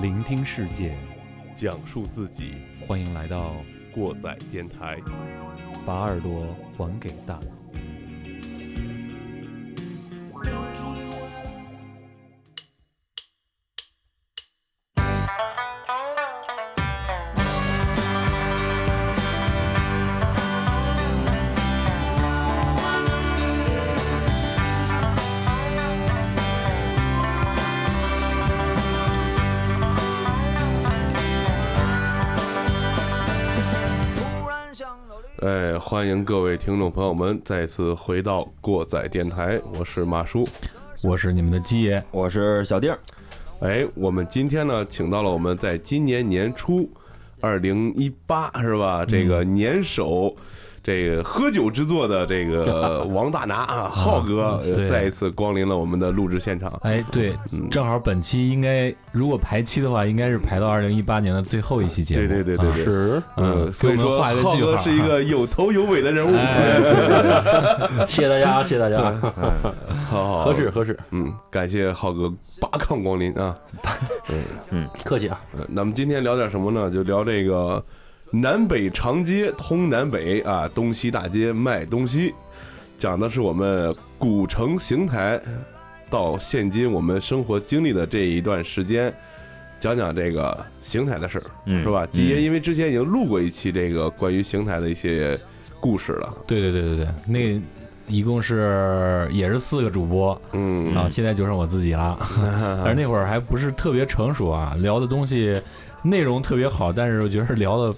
聆听世界，讲述自己，欢迎来到过载电台。把耳朵还给大。哎，欢迎各位听众朋友们再次回到过载电台，我是马叔。我是你们的鸡爷，我是小丁儿，哎，我们今天呢，请到了我们在今年年初，二零一八是吧？这个嗯年首，这个喝酒之作的 这个王大拿啊，浩哥嗯对再一次光临了我们的录制现场。哎，对，嗯正好本期应该如果排期的话，应该是排到二零一八年的最后一期节目。对对对对对，是嗯，嗯所以给我说们画一个浩句号哎哥是一个有头有尾的人物， 谢谢大家，谢谢大家。好好合适，合适，嗯，感谢浩哥八抗光临啊。客气啊，呃那么今天聊点什么呢？就聊这个南北长街通南北啊，东西大街卖东西，讲的是我们古城邢台到现今我们生活经历的这一段时间，讲讲这个邢台的事儿，嗯是吧？季爷因为之前已经录过一期这个关于邢台的一些故事了，对对对对对，那一共是也是四个主播，嗯然后现在就剩我自己了。 但是那会儿还不是特别成熟啊，聊的东西内容特别好，但是我觉得聊的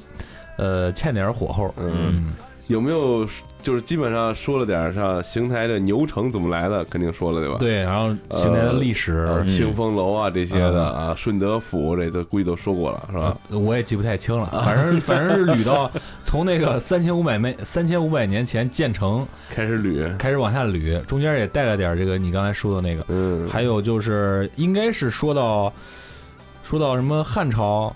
呃欠点儿火候。嗯，有没有就是基本上说了点儿像邢台的牛城怎么来的，肯定说了对吧？对，然后邢台的历史。呃，清风楼啊这些的嗯啊，顺德府这都估计都说过了，是啊吧？呃我也记不太清了，反正反正是捋到从那个三千五百没三千五百年前建成开 始捋，开始往下捋，中间也带了点儿这个你刚才说的那个，嗯，还有就是应该是说到说到什么汉朝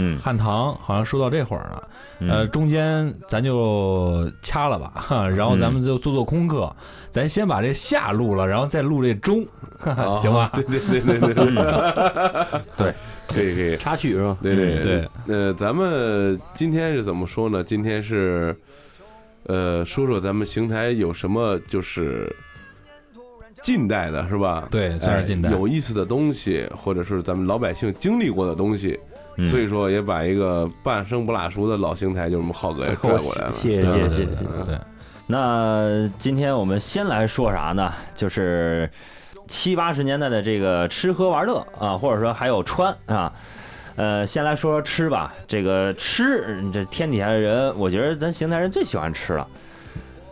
嗯，汉唐，好像说到这会儿了，呃，嗯，中间咱就掐了吧，哈，然后嗯咱们就做做功课，咱先把这下录了，然后再录这中， 哈哈，行吧？嗯啊 对对对对对 对，对，可以可以，插曲是吧？对对嗯对，呃，咱们今天是怎么说呢？今天是，呃，说说咱们邢台有什么就是近代的是吧？对算是近代哎有意思的东西，或者是咱们老百姓经历过的东西。嗯所以说，也把一个半生不拉熟的老邢台，就是我们浩哥也拽过来了。哦谢谢对谢对谢谢对谢。对啊对，那今天我们先来说啥呢？就是七八十年代的这个吃喝玩乐啊，或者说还有穿啊。呃，先来说说吃吧。这个吃，这天底下的人，我觉得咱邢台人最喜欢吃了，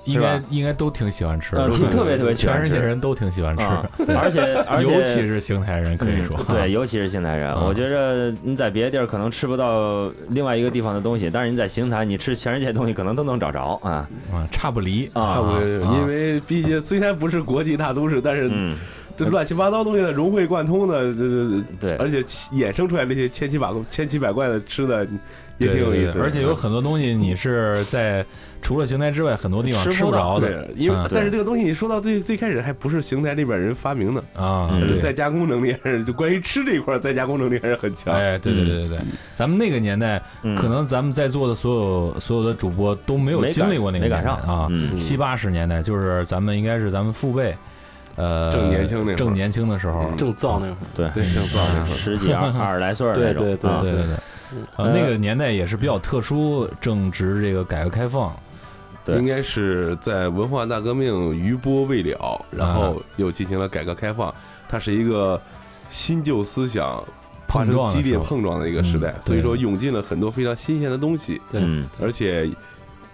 应该是吧应该都挺喜欢吃呃，的，特别特别喜全欢世吃，界人都挺喜欢吃的，啊，而且而且尤其是邢台人，可以说嗯，对，，尤其是邢台人，啊我觉着你在别的地儿可能吃不到另外一个地方的东西，但是你在邢台，你吃全世界东西可能都能找着啊。啊，差不离啊差不多，啊因为毕竟虽然不是国际大都市，但是嗯，这乱七八糟东西的融会贯通的，这这对而且衍生出来这些千奇百千奇百怪的吃的，也对挺有对意对思的。嗯而且有很多东西你是在除了邢台之外，很多地方吃不吃不到着的对，因为、嗯但是这个东西你说到最最开始还不是邢台这边人发明的，啊，嗯对再加工能力还是就关于吃这一块儿再加工能力还是很强。哎，对对对对对，咱们那个年代，嗯可能咱们在座的所有所有的主播都没有没赶经历过那个没赶年代上啊，嗯七八十年代，就是咱们应该是咱们父辈，呃，正年轻那会儿正年轻的时候，嗯正造那会儿，对，对，正造那会儿十几二二十来岁儿那对种，对对啊对对对。呃，呃那个年代也是比较特殊，正值这个改革开放，对应该是在文化大革命余波未了，然啊后又进行了改革开放，它是一个新旧思想发碰生撞的激烈时候碰撞的一个时代嗯，对所以说涌进了很多非常新鲜的东西，嗯，而且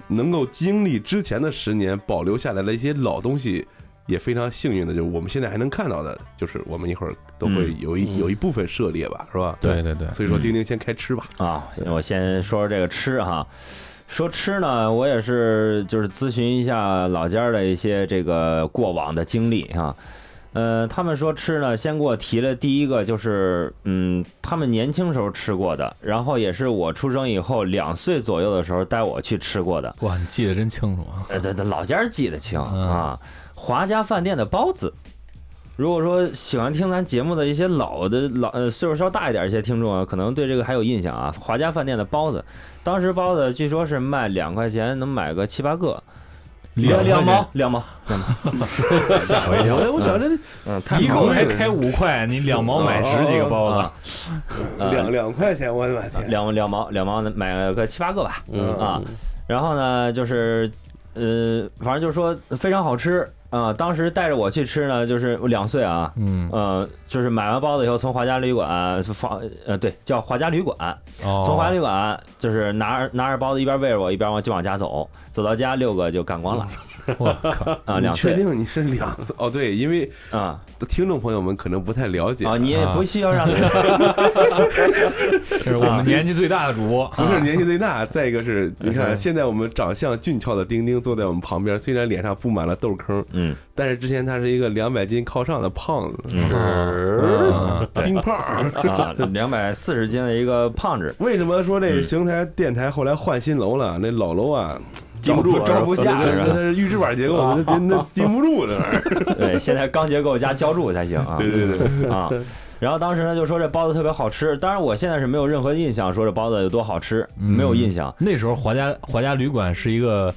能够经历之前的十年保留下来的一些老东西。也非常幸运的，就是我们现在还能看到的，就是我们一会儿都会嗯有一、嗯有一部分涉猎吧，是吧？对对对，所以说，嗯丁丁先开吃吧。啊，我先说说这个吃哈。说吃呢，我也是就是咨询一下老家儿的一些这个过往的经历哈。呃，他们说吃呢，先给我提了第一个就是，嗯，他们年轻时候吃过的，然后也是我出生以后两岁左右的时候带我去吃过的。哇，你记得真清楚啊！呃，对对，老家儿记得清嗯啊，华家饭店的包子如果说喜欢听咱节目的一些老的老呃岁数稍大一点一些听众啊，可能对这个还有印象啊。华家饭店的包子，当时包子据说是卖两块钱能买个七八个，两两毛两毛，吓我一哎，跳！我 想这嗯，太一毛共了还开五块，你两毛买十几个包啊子，呃两两块钱，我的妈天！两两毛两毛能买个七八个吧，嗯啊，然后呢，就是呃，反正就是说非常好吃啊、当时带着我去吃呢，就是我两岁啊，嗯，呃，就是买完包子以后，从华家旅馆房呃对，叫华家旅馆，啊从从华家旅馆就是拿着拿着包子一边喂着我，一边往就往家走，走到家六个就干光了我 靠，啊、你两确岁定你是两次？哦，对，因为啊听众朋友们可能不太了解啊，，你也不需要让这是我们年纪最大的主播，不是年纪最大，再一个是，你看嗯现在我们长相俊俏的丁丁坐在我们旁边，虽然脸上布满了痘坑，嗯但是之前他是一个两百斤靠上的胖子，嗯丁胖儿。啊两百四十斤的一个胖子，为什么说这个邢台电台后来换新楼了？那老楼啊，经不住招不下那是那吧？是预制板结构，那那那禁不住这玩意儿。 对，现在钢结构加浇筑才行啊。对对对，啊。然后当时呢就说这包子特别好吃，当然我现在是没有任何印象说这包子有多好吃，嗯没有印象。那时候华家华家旅馆是一个，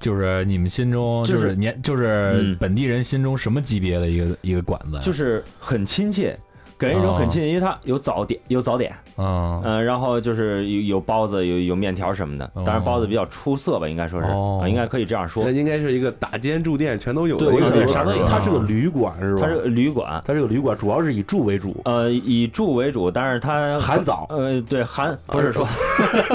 就是你们心中就是是年就是嗯本地人心中什么级别的一个一个馆子？就是是很亲切，给人一种很亲切，因为它有早点，有早点，啊，嗯、然后就是有有包子，有有面条什么的。哦当然包子比较出色吧，应该说是，哦啊，应该可以这样说那。应该是一个打尖住店全都有的一对，我个想地方，啥都说有它是个旅馆是吧？它是个旅馆，它是个旅馆，主要是以住为主，呃，以住为主，但是它含早。呃，对含不是说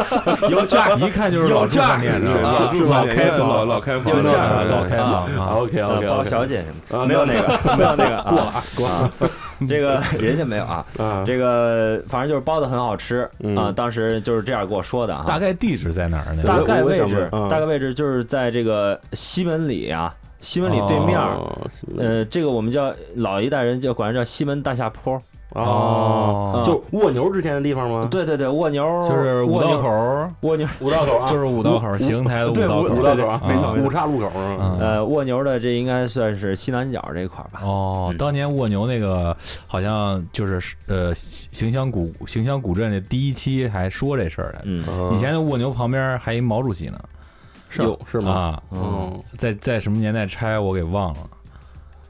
有券儿，一看就是老住饭店是的吧啊老住老饭店开老房，老开嗯有房，券儿，对老开啊房啊。 OK 呃 OK 包 OK，小姐什么啊的，没有那个，没有那个啊过了啊，过了啊，这个人家没有啊。啊，这个反正就是包子很好吃嗯啊，当时就是这样给我说的大哈。概地址在哪儿呢？对大概我位也想置问，啊大概位置就是在这个西门里啊，西门里对面儿，哦呃，这个我们叫老一代人就管它叫西门大下坡，哦，啊就蜗牛之前的地方吗？对对对，蜗牛就是五蜗道牛口儿，蜗牛，五道口啊，就是五道口儿，邢台的对道口呃五儿。道口啊，没错五岔路口啊是吧？嗯呃，蜗牛的这应该算是西南角这一块儿吧。哦，当年蜗牛那个好像就是呃，邢乡古邢乡古镇的第一期还说这事儿来着。嗯，以前蜗牛旁边还一毛主席呢，是是吗？啊，嗯，在在什么年代拆我给忘了。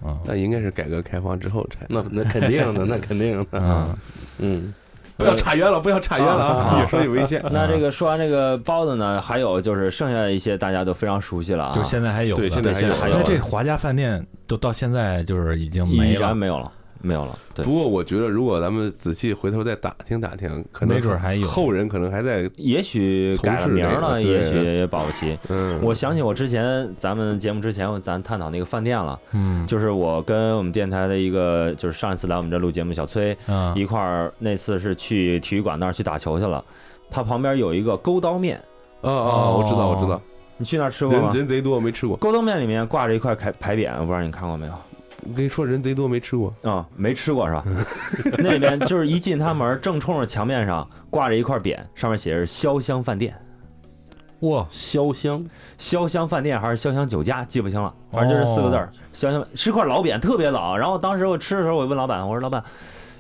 嗯那应该是改革开放之后拆。那那肯定的，那肯定的嗯，，嗯，不要岔远了，不要岔远了啊！啊越说越危险。那这个说完这个包子呢，还有就是剩下的一些大家都非常熟悉了啊，就是现在还有的，对，现在还有现在还有那了。这华家饭店都到现在就是已经依没了然，没有了，没有了。对不，过我觉得，如果咱们仔细回头再打听打听，可能没准还有后人可能还在也许改了从事名儿这个了，对也许也保不齐。嗯，我想起我之前咱们节目之前，咱探讨那个饭店了，嗯，就是我跟我们电台的一个，就是上一次来我们这录节目小崔啊嗯一块儿，那次是去体育馆那儿去打球去了，他旁边有一个勾刀面，哦哦，我知道我知道，你去那儿吃过吗人？人贼多没吃过，勾刀面里面挂着一块牌牌匾，我不知道你看过没有？我跟你说人贼多没吃过，啊、没吃过是 吧？那里面就是一进他门儿，正冲着墙面上挂着一块匾，上面写着“潇湘饭店哇，潇湘，”，潇湘饭店还是潇湘酒家，记不清了，哦反正就是四个字儿。潇湘是块老匾，特别老。然后当时我吃的时候，我就问老板，我说老板，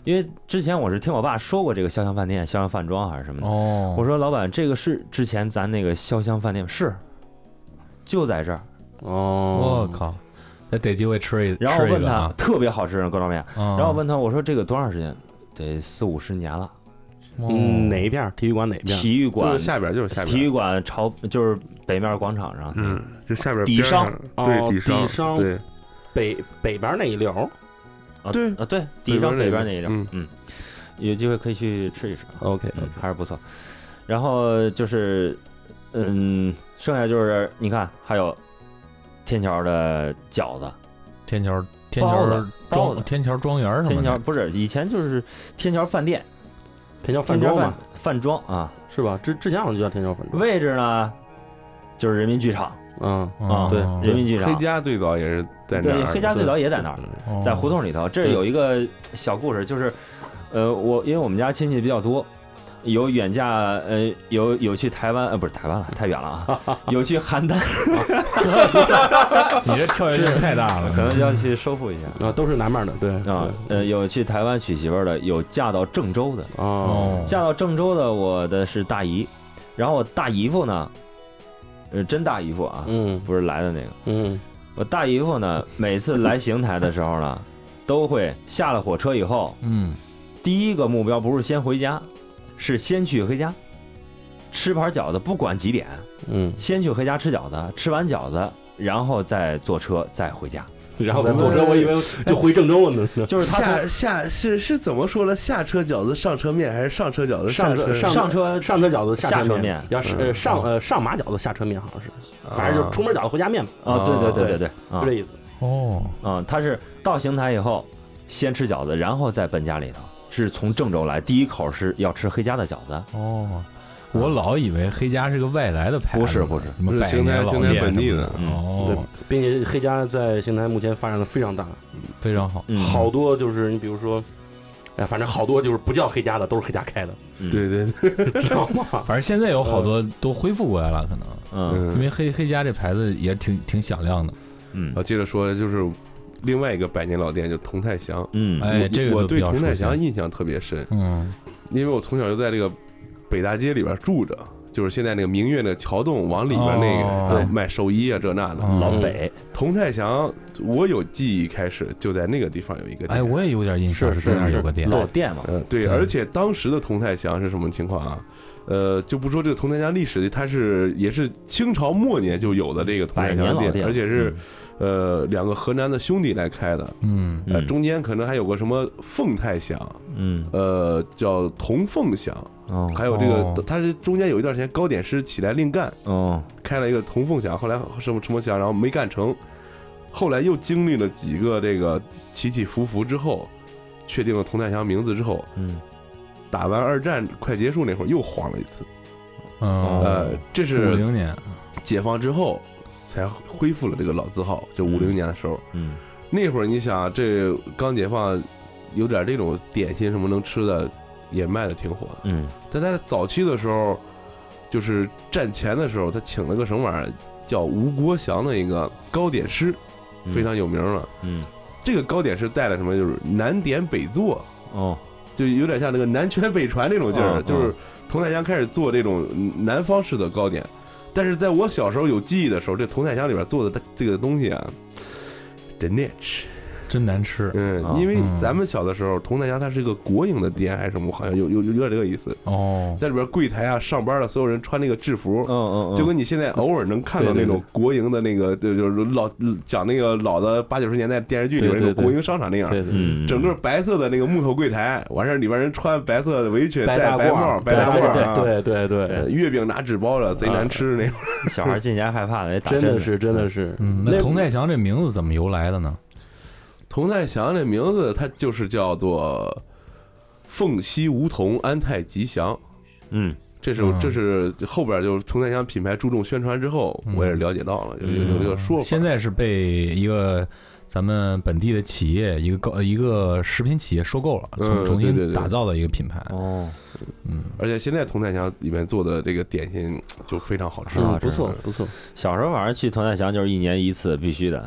因为之前我是听我爸说过这个潇湘饭店、潇湘饭庄还是什么的，哦，我说老板，这个是之前咱那个潇湘饭店是。就在这儿，哦我，靠，那得机会吃一，然后吃一问个他啊，特别好吃的锅烧面，然哦然后问他我说这个多长时间？得四五十年了。嗯，哪一片儿？体育馆哪一片儿？体育就馆是下边就是下体育边，馆朝就是北面广场上，嗯，就下边底边上商对哦底底商商对北北边那一溜儿。啊对啊对，底上北北边那边那一一溜溜嗯，嗯，有机会可以去吃一吃，啊， OK，嗯还是不错。然后就是，嗯，剩下就是你看还有天桥的饺子，天桥天包桥子包子庄天桥庄园什么的，天桥不是以前就是天桥饭店，天桥饭天桥庄饭嘛，饭庄啊，是吧？之之前好像就叫天桥饭庄。位置呢就是人民剧场嗯，哦啊，对人民剧场黑，家最早也是在那对，儿，黑家最早也在那儿。哦在胡同里头，这对有一个小故事，就是，呃，我因为我们家亲戚比较多，有远嫁，呃，有有去台湾，呃，不是台湾了，太远了啊，有去邯郸，你这跳跃性太大了，可能要去收复一下啊，都是南面的，对啊，呃，有去台湾娶媳妇儿的，有嫁到郑州的，哦，哦，嫁到郑州的，我的是大姨，然后我大姨夫呢，呃，真大姨夫啊，嗯不是来的那个，嗯我大姨夫呢，每次来邢台的时候 呢，都会下了火车以后，嗯，第一个目标不是先回家，是先去黑家，吃盘饺子，不管几点，嗯，先去黑家吃饺子，吃完饺子，然后再坐车再回家。然后再坐车，我以为就回郑州了呢，就是他下下是是怎么说了？下车饺子上车面还是上车饺子上车从上上车上车饺子下车车面，嗯要是呃上呃上马饺子下车面好像是，反正就是出门饺子回家面吧，啊，对对对对对，啊就这意思。哦，啊，他是到邢台以后，先吃饺子，然后再奔家里头。是从郑州来，第一口是要吃黑家的饺子，哦，我老以为黑家是个外来的牌子，不是不是什么百邢台年老邢台店本地什么的嗯哦，对，并且黑家在邢台目前发展的非常大，非常好，嗯，好多就是你比如说，哎，反正好多就是不叫黑家的，都是黑家开的，嗯，对对对，知道吗？反正现在有好多都恢复过来了，可能嗯因嗯，为黑黑家这牌子也挺挺响亮的，嗯然后接着说就是另外一个百年老店，就佟太祥。嗯，哎我这个我就比对较佟太熟悉祥印象特别深，嗯，因为我从小就在这个北大街里边住着，就是现在那个明月的桥洞往里边那个、哦啊卖寿衣啊这那的。嗯老北，佟太祥，我有记忆开始就在那个地方有一个店。哎，我也有点印象，是在那儿是有个店，老店嘛，呃，对，嗯而且当时的佟太祥是什么情况啊？呃，就不说这个佟太祥历史，它是也是清朝末年就有的这个佟百太年祥老店，而且是呃两个河南的兄弟来开的，嗯呃，嗯中间可能还有个什么凤太祥，嗯，呃，叫同凤祥，哦还有这个哦，它是中间有一段时间糕点师起来另干，哦，开了一个同凤祥，后来什么什么祥，然后没干成，后来又经历了几个这个起起伏伏之后，确定了佟太祥名字之后。嗯打完二战快结束那会儿又黄了一次，嗯，呃，这五是零年，解放之后才恢复了这个老字号，就五零年的时候，嗯那会儿你想这刚解放，有点这种点心什么能吃的也卖的挺火的，嗯，但在早期的时候，就是战前的时候，他请了个什么玩意儿叫吴国祥的一个糕点师，嗯非常有名了。嗯这个糕点师带了什么？就是南点北做，哦就有点像那个南拳北传那种劲嗯儿，嗯就是佟太祥开始做这种南方式的糕点。但是在我小时候有记忆的时候，这佟太祥里边做的这个东西啊，真难吃。真难吃嗯啊，因为咱们小的时候，佟太祥它是一个国营的店还是什么，好像有有有有点这个意思。哦，在里边柜台啊，上班的所有人穿那个制服哦，哦，就跟你现在偶尔能看到嗯对那对种国营的那个，就就是老讲那个老的八九十年代电视剧里边对那对种对国营商场那样。对对，嗯整个白色的那个木头柜台，完事儿里边人穿白色的围裙，白戴大白褂帽儿，，白大褂儿啊，对对对对对，啊呃月饼拿纸包着，贼难吃那种。嗯小孩进家害怕的，真的是真的是，嗯，那佟太祥这名字怎么由来的呢？佟太祥这名字，它就是叫做凤栖梧桐安泰吉祥。嗯这是嗯这是后边就是佟太祥品牌注重宣传之后，嗯我也是了解到了，有有有这个说法。现在是被一个咱们本地的企业，一个高一个食品企业收购了，重嗯重对对新对打造的一个品牌。哦，嗯，而且现在佟太祥里面做的这个点心就非常好吃。啊嗯，不错不错，小时候晚上去佟太祥就是一年一次必须的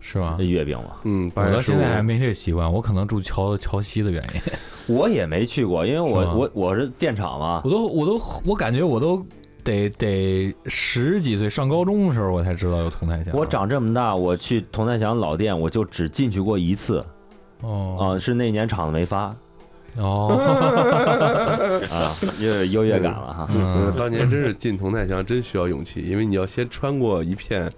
是啊吧？月饼嘛，嗯，我八到月十现五在还没这个习惯，我可能住桥桥西的原 因，我也没去过，因为是吗我我我是电厂嘛我，都我都我感觉我都得得十几岁上高中的时候我才知道有佟太祥。我长这么大，我去佟太祥老店，我就只进去过一次哦啊，是那年厂子没发啊， 哦，又有优越感了哈。嗯，嗯当年真是进佟太祥，真需要勇气，因为你要先穿过一片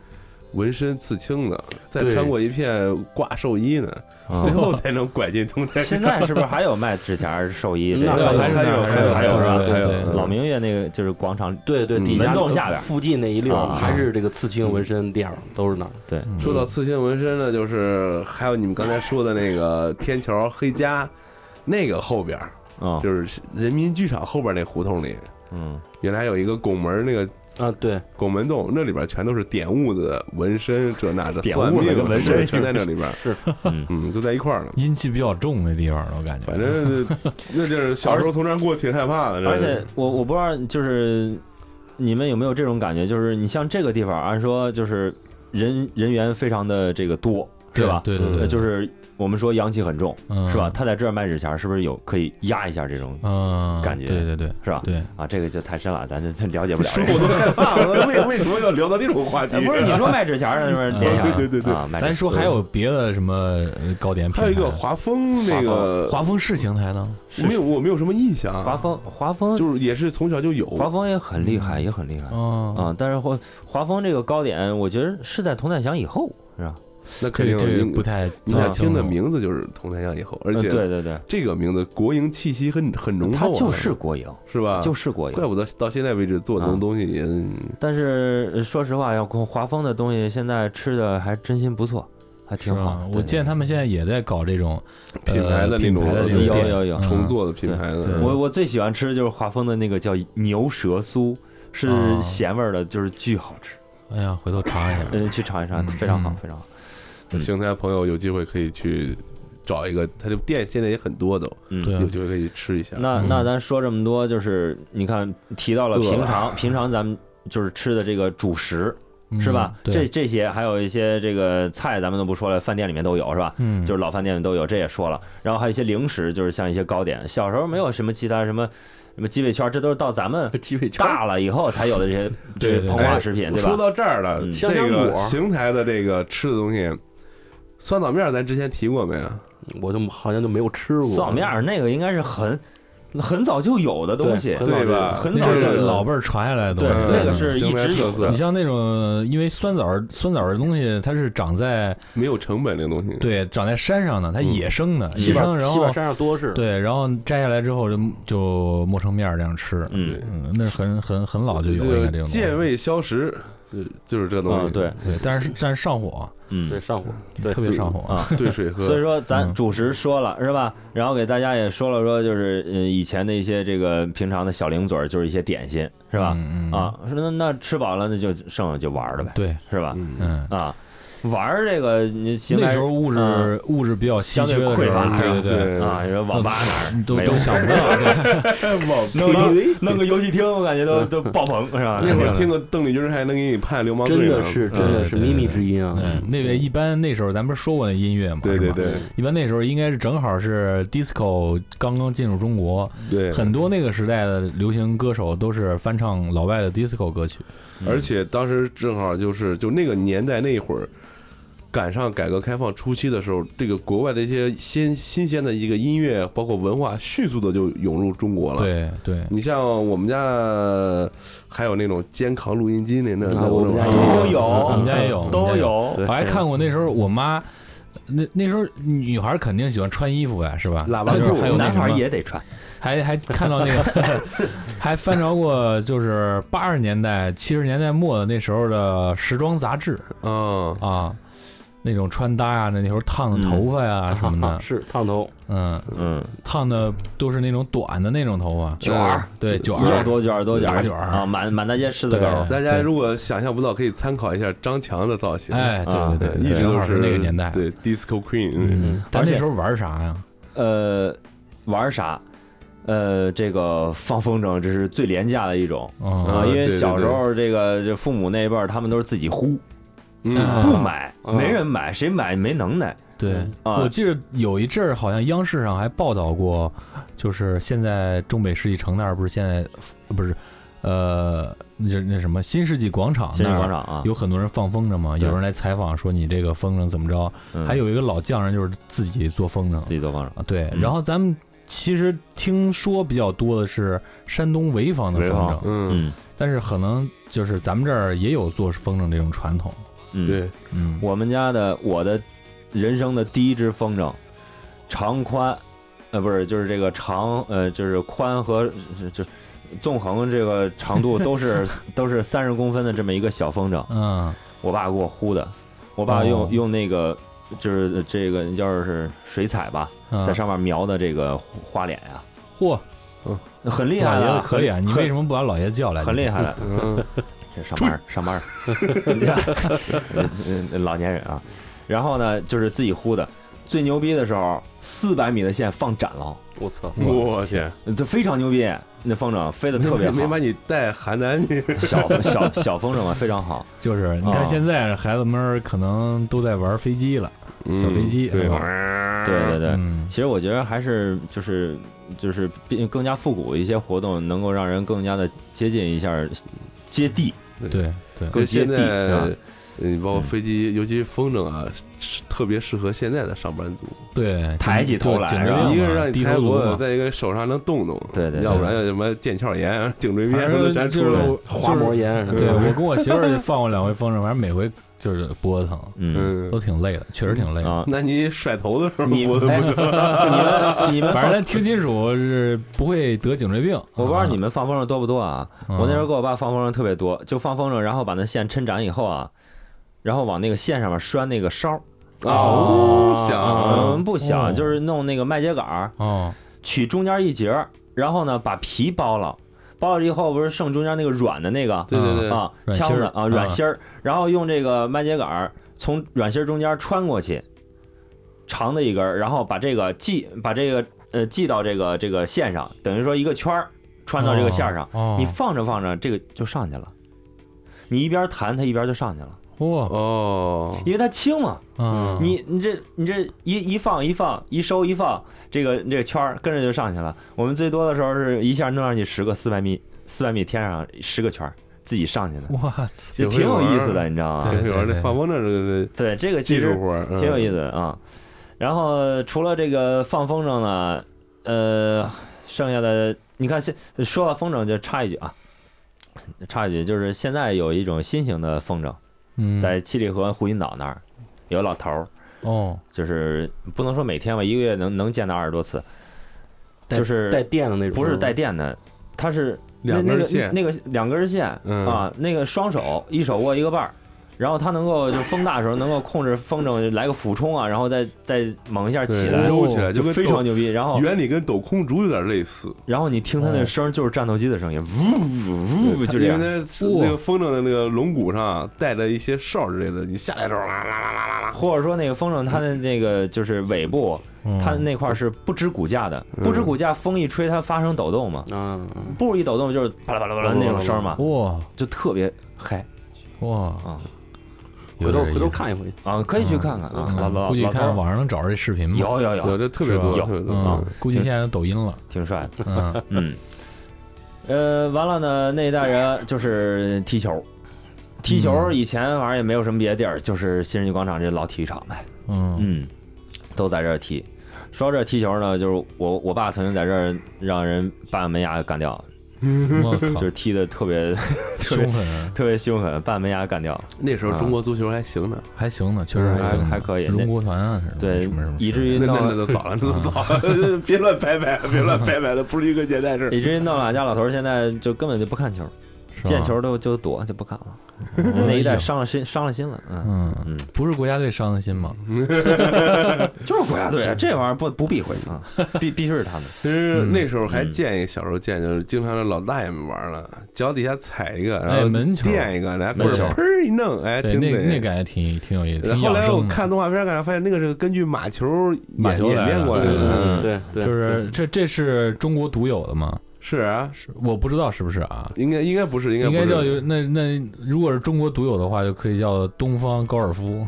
纹身刺青的，再对穿过一片挂寿衣呢，嗯啊最后才能拐进佟太现祥。在是不是还有卖指甲寿衣这那个？对嗯还是还有那儿还有还有还有还有还对有对嗯老明月那个就是广场，对对，嗯底下门洞下边附近那一溜啊还是这个刺青纹身店儿都是那儿，嗯说到刺青纹身呢，就是还有你们刚才说的那个天桥黑家，那个后边儿嗯啊就是人民剧场后边那胡同里，嗯原来有一个拱门儿那个啊，对，拱门洞那里边全都是点痦子、纹身这那的，点算痦子命跟纹身对全在那里边，是嗯嗯，都在一块儿了。阴气比较重那地方了，我感觉。反 正那地儿小时候从这儿过挺害怕的，而这且我我不知道，就是你们有没有这种感觉，就是你像这个地方，按说就是人人员非常的这个多，对是吧？对对嗯对，呃就是我们说阳气很重，嗯是吧？？他在这儿卖纸钱儿，是不是有可以压一下这种嗯，感觉对对对是吧对，啊？这个就太深了，咱就了解不了说 这我个。都害怕了，为为什么要聊到这种话题？哎不是你说卖纸钱儿的那边联想啊，对对对对啊，卖纸咱说还有别的什么呃糕点品呃还牌？有一个华丰那个，华丰市邢台呢？我没有我没有什么印象，啊华丰，华丰，就是也是从小就有，华丰也很厉害，也很厉害哦，啊。但是华华丰这个糕点，我觉得是在佟太祥以后，是吧？那肯这定个这你个不太，啊你想不太听清的楚，名字就是佟太祥以后，而且啊嗯对对对，这个名字国营气息很很浓厚啊，它就是国营，是吧？，就是是国怪营。不得到现在为止做这种东西也但是呃说实话，要光华丰的东西，现在吃的还真心不错，还挺是吧好。我见他们现在也在搞这种呃品牌的那品种牌的这种有店有有嗯重做的品牌对的对，我我最喜欢吃的就是华丰的那个叫牛舌酥，是啊咸味儿的，就是巨好吃。哎呀，回头尝一下。嗯，去尝一尝，嗯非常好，嗯非常好。嗯邢台朋友有机会可以去找一个，他这店现在也很多都，嗯，对啊有机会可以吃一下。那嗯那咱说这么多，就是你看提到了饿了 平常平常咱们就是吃的这个主食嗯是吧？对这这些还有一些这个菜咱们都不说了，饭店里面都有是吧？嗯，就是老饭店都有，这也说了。然后还有一些零食，就是像一些糕点。小时候没有什么其他什么什么鸡尾圈，这都是到咱们鸡尾圈儿，大了以后才有的这些对这对膨对化食品，对哎说吧？到这儿了，嗯这香香个果邢台的这个吃的东西，酸枣面儿咱之前提过没啊有？我就好像就没有吃过酸枣面儿那个应该是很很早就有的东西对，对吧？很那早个就是有老辈儿传下来的东对，西，嗯那个是一邢台直特有色的你。像那种，因为酸枣儿酸枣儿的东西，它是长在没有成本这个东西，对长在山上的，它嗯野生的，西野边生，然西后边山上多是，对，然后摘下来之后就就磨成面儿这样吃，嗯，嗯，那是很很很老就有应该这就种东西健胃消食，呃就是这东啊西。，对，对，但是但是上火，嗯对，上火，对特别上火， 啊。兑水所以喝。说，咱嗯主食说了是吧？然后给大家也说了说，就是呃以前的一些这个平常的小零嘴儿，就是一些点心是吧？嗯？嗯，啊，那那吃饱了，那就剩下就玩儿了呗，对，是吧？嗯，嗯，啊，玩儿这个你现那在时候物质物质比较稀相对缺的时候匮乏对是吧对，啊，你说网吧哪儿你嗯都没有都想不到， 对嗯弄个弄个游戏厅，我感觉都都爆棚是吧？那会儿听个邓丽君还能给你判流氓罪真呢的是嗯真的是对对秘密对之音啊，嗯，那个一般那时候咱不是说过那音乐嘛，对是对吧对一般那时候应该是正好是 disco 刚刚进入中国，对，很多那个时代的流行歌手都是翻唱老外的 disco 歌曲。而且当时正好就是就那个年代那一会儿，赶上改革开放初期的时候，这个国外的一些新新鲜的一个音乐，包括文化，迅速的就涌入中国了。，对对，你像我们家还有那种肩扛录音机那那啊那我们家也都有，哦我们家也有我都们家有有对我还看过那时候我妈，那那时候女孩肯定喜欢穿衣服呗，是吧？喇叭那时候还有那男什么孩儿也得穿，还还看到那个，还翻着过就是八十年代、七十年代末的那时候的时装杂志嗯，啊。那种穿搭呀、那时候烫的头发呀、什么 的，啊是烫头，嗯，嗯，烫的都是那种短的那种头发，卷儿对卷要儿，多卷儿多卷儿卷儿啊，满满大街狮子对狗，啊大家如果想象不到，可以参考一下张强的造型，哎，对对对，对，啊一直正都好是那个年代，对 disco queen，嗯嗯，咱而且那时候玩啥呀？呃，玩儿啥？呃，这个放风筝这是最廉价的一种啊啊，嗯因对为对小时对候这个就父母那一辈儿，他们都是自己呼，啊嗯，不买，啊没人买，谁买没能耐对，啊我记得有一阵儿，好像央视上还报道过，就是现在中北世纪城那儿不是现在呃不是，呃，那那什么新世纪广场新那人广儿场啊，有很多人放风筝嘛，对有人来采访说你这个风筝怎么着，嗯还有一个老匠人就是自己做风筝自己做广场，啊，对，嗯然后咱们其实听说比较多的是山东潍坊的潍风坊筝，嗯，嗯但是可能就是咱们这儿也有做风筝这种传统，嗯，对，嗯，我们家的我的人生的第一只风筝，长宽，呃，不是，就是这个长，呃，就是宽和就就纵横这个长度都是 都是三十公分的这么一个小风筝，嗯，我爸给我呼的，我爸用、哦用那个就是这个就是水彩吧，嗯在上面描的这个花脸呀、嚯，很厉害老爷子的，可以啊！啊很你为什很么不把老爷子叫来？很厉害的？嗯，这上班儿上班儿， 你看呃老年人啊。然后呢，就是自己呼的。最牛逼的时候，四百米的线放展了，我操，嗯 我天，这非常牛逼。那风筝飞得特别没好把，你带邯郸去，小小小风筝嘛，非常好。就是你啊看现在孩子们儿可能都在玩飞机了，小飞机对是吧吧？嗯对对对，嗯，其实我觉得还是就是就是比更加复古一些活动，能够让人更加的接近一下接地，对对，更接现地啊在。你包括飞机，尤其风筝啊，是特别适合现在的上班族。对，抬起头来对颈是吧椎一个是嘛让你低抬头族脖子，嘛，再一个手上能动动。对对对要不然有什么腱鞘炎、啊颈椎反炎正都全就出是来。花膜炎是吧啊对我跟我媳妇儿就放过两回风筝，反正每回就是脖子疼，嗯嗯都，挺累的，确实挺累的。 啊，那你甩头的时候你脖子不 哎你们你们反正放咱听金属是不会得颈椎病，啊我不知道你们放风筝多不多啊？嗯我那时候跟我爸放风筝特别多，就放风筝，然后把那线抻展以后啊，然后往那个线上面拴那个梢儿，嗷啊响，嗯，不响，哦就是弄那个麦秸秆儿，哦，取中间一节儿，然后呢把皮剥了，剥了以后不是剩中间那个软的那个对对对，啊软芯枪儿的啊啊软芯儿，然后用这个麦秸秆儿从软芯儿中间穿过去，长的一根儿，然后把这个系把这个呃系到这个这个线上，等于说一个圈儿穿到这个线儿上。哦，你放着放着，这个就上去了。你一边弹，它一边就上去了，哇，哦，因为它轻嘛。嗯，你你这你这一一放一放一收一放，这个这个圈儿跟着就上去了。我们最多的时候是一下弄上去十个四百米，四百米天上十个圈儿，自己上去的，哇，也挺有意思的，你知道吗？对有人这放风筝这个对，这个其技术实活儿嗯挺有意思的啊。然后除了这个放风筝呢，呃，剩下的你看现说到风筝就插一句啊，插一句就是现在有一种新型的风筝，嗯，在七里河湖心岛那儿有老头儿，哦，就是不能说每天吧，一个月能能见到二十多次，带就是带电的那种，不是带电的，它是两那根那个线，那个两根线嗯啊，那个双手一手握一个把儿，然后它能够就风大的时候能够控制风筝来个俯冲啊，然后再再猛一下起对，来，揉起来就就跟非抖常牛逼。然后原理跟抖空竹有点类似，然后你听它那个声儿就是战斗机的声音，呜呜呜，就这嗯因为嗯样。它是那个风筝的那个龙骨上带着一些哨之类的，你下来的时候啦啦啦啦啦啦，或者说那个风筝，它的那个就是尾部，嗯它那块儿是不知骨架的，嗯不知骨架，风一吹它发生抖动嘛，嗯，布一抖动就是啪啦啪啦啪啦那种声儿嘛，哇就特别嗨哇，啊回头有点回头意思看一回，啊！可以去看看嗯啊，老老估计老头看儿网上能找着这视频嘛，有有有嗯有，这特别多，是吧特别多嗯嗯，估计现在有抖音了，挺帅的。 嗯，嗯，呃，完了呢，那一代人就是踢球，踢球嗯以前反正也没有什么别的地儿，就是新世纪广场这老体育场呗，嗯，嗯，都在这儿踢。说到这踢球呢，就是我我爸曾经在这儿让人半门牙干掉，我就靠，是踢的特别 特别凶狠，特别凶狠，半门牙干掉，那时候中国足球还行呢，还行呢，确实还行，荣国团啊，对什么什么，，以至于那闹那那都早了，那都 早了，别乱拍拍，别乱拍拍了，不是一个年代事嗯儿。以至于闹两家老头儿现在就根本就不看球，见球都就躲就不看了，那一代伤了心伤了心了，嗯。嗯，不是国家队伤的心吗？就是国家队啊，这玩意儿不不避讳 啊，必必须是他们。其实那时候还见一小时候见，就是经常是老大爷们玩了，脚底下踩一个，然哎后门球垫一个，然后棍门球儿砰儿一弄，哎，对，挺那得那感觉挺挺有意思，然挺后后养来我生的。看动画片，感觉发现那个是根据马球演马球演来变的过来对对的，嗯对对，就是这这是中国独有的吗？是啊，是，我不知道是不是啊？应该应该不是，应该应该不叫是。有那那，如果是中国独有的话，就可以叫东方高尔夫。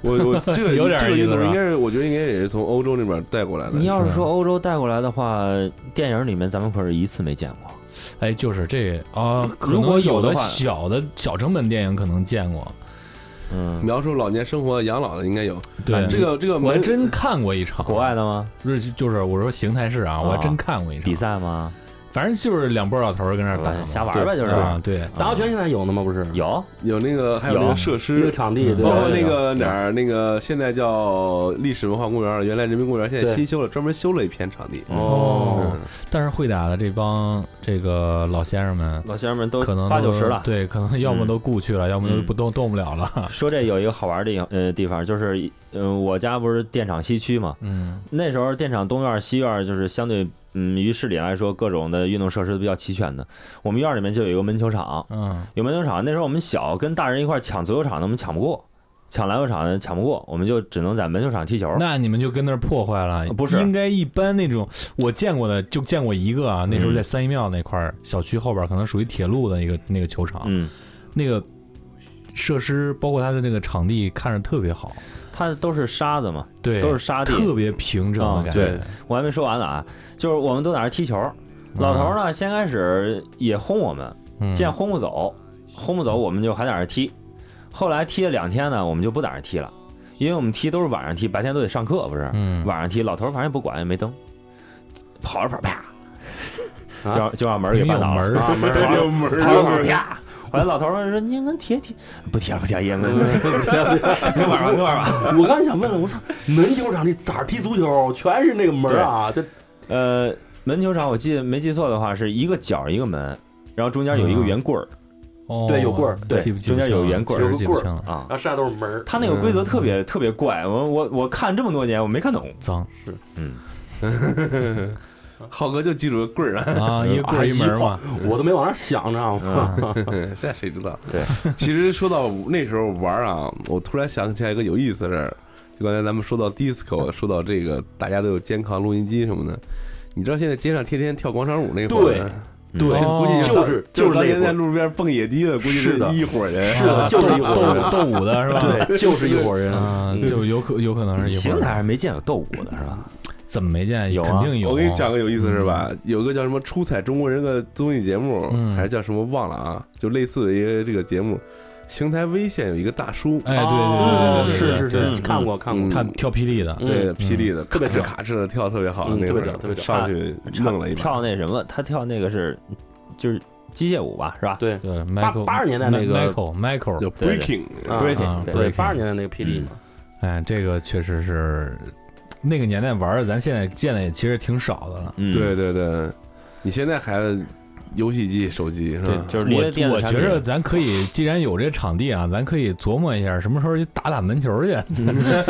我 我这个有点这个意运思动是吧应该是，我觉得应该也是从欧洲那边带过来的你。要是是说欧洲带过来的话，电影里面咱们可是一次没见过。哎，就是这啊，可如果能有的的话小的小成本电影可能见过，嗯，描述老年生活、养老的应该有。对这。个这个嗯我还门真看过一场，国外的吗？不是就是我说邢台市啊，我还真看过一场比，赛吗？反正就是两拨老头儿跟那儿打嘛瞎玩儿呗，就是啊，对，打球拳现在有呢吗？不是，有有那个还有那有个设那施个，场地，对包括哦对那对个哪儿那个现在叫历史文化公园，原来人民公园，现在对新修了，专门修了一片场地。哦，嗯但是会打的这帮这个老先生们，老先生们都可能八都九十了。嗯对，可能要么都故去了，要么都不动动不了了。说这有一个好玩的地方呃地方，嗯就是呃我家不是电厂西区嘛，嗯，那时候电厂东院西院就是相对嗯，于市里来说，各种的运动设施都比较齐全的。我们院儿里面就有一个门球场， 嗯有门球场。那时候我们小，跟大人一块儿抢足球场的，我们抢不过；抢篮球场的抢不过，我们就只能在门球场踢球。那你们就跟那儿破坏了，呃不是应该一般那种我见过的就见过一个嗯啊，那时候在三义庙那块儿小区后边儿，可能属于铁路的一个那个球场，嗯，那个设施包括它的那个场地看着特别好，它都是沙子嘛，对，都是沙地。嗯特别平整的感觉，对我还没说完呢啊，就是我们都在那儿踢球。老头儿呢，先开始也轰我们，嗯见轰不走，轰不走，我们就还在那儿踢。后来踢了两天呢，我们就不在那儿踢了，因为我们踢都是晚上踢，白天都得上课，不是？嗯，晚上踢，老头儿反正也不管，也没灯，跑着跑着啪，啊就让就让门儿给绊倒有门儿了。啊，门这儿就门跑着跑儿着啪，后来老头儿们说：“你们踢踢，不踢了不踢了，爷们，跟玩吧跟玩吧。啊我刚想问了，我说门球场里咋踢足球？全是那个门儿啊，这”呃，门球场我记得没记错的话是一个角儿一个门，然后中间有一个圆棍儿哦对有棍儿 对记不记中不间有清了圆棍儿确实有个记不棍儿清了啊。然后剩下都是门儿。他那个规则特别特别怪，我我我看这么多年我没看懂。 脏浩哥就记住个棍儿啊，啊，一个棍儿一门儿 嘛，我都没往那儿想呢。嗯， 这谁知道？对， 其实说到那时候玩儿啊，我突然想起来一个有意思的事儿，就刚才咱们说到 disco，说到这个大家都有健康录音机什么的，你知道现在街上天天跳广场舞那伙儿呢，嗯对哦估计就是就就是当是那年会在儿，路边蹦野迪的，估计是的一伙人。是的啊就是一斗伙儿斗斗舞的是吧？对，就是一伙人。啊，嗯就有可有可能是一会邢台儿，还是啊没见有斗舞的是吧？怎么没见？有啊肯定有。我给你讲个有意思的事儿嗯吧，有个叫什么“出彩中国人”的综艺节目，嗯还是叫什么忘了啊，就类似的一个这个节目，邢台威县有一个大叔，哎，对对对对对，哦是对是对是，看过看嗯，过看跳霹雳的，嗯对，霹雳的，特别咔哧屌咔哧的跳得特别好，嗯那会特别屌特别儿屌上去弄了一把跳，那什么，他跳那个是就是机械舞吧，是吧？对，对八，Michael 八十年代那个 Michael Michael，叫对对 breaking，啊 breaking，对对 breaking 八十年代那个霹雳嘛，哎，这个确实是那个年代玩的，咱现在见的也其实挺少的了。嗯，对对对，你现在孩子游戏机、手机是吧？就是离我了电我子觉产品 着咱可以，既然有这场地啊，咱可以琢磨一下什么时候去打打门球去。你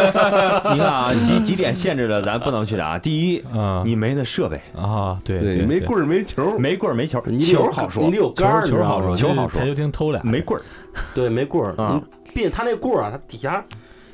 看啊， 几几点限制了咱不能去打？第一，啊你没那设备，啊，对对，没对棍儿没球，没棍儿没球，你得有球好说你得，有杆球儿，球好你说，嗯知球就好是说台球厅偷俩，没棍儿，道吗对，没棍儿啊，并它那棍儿啊，它底下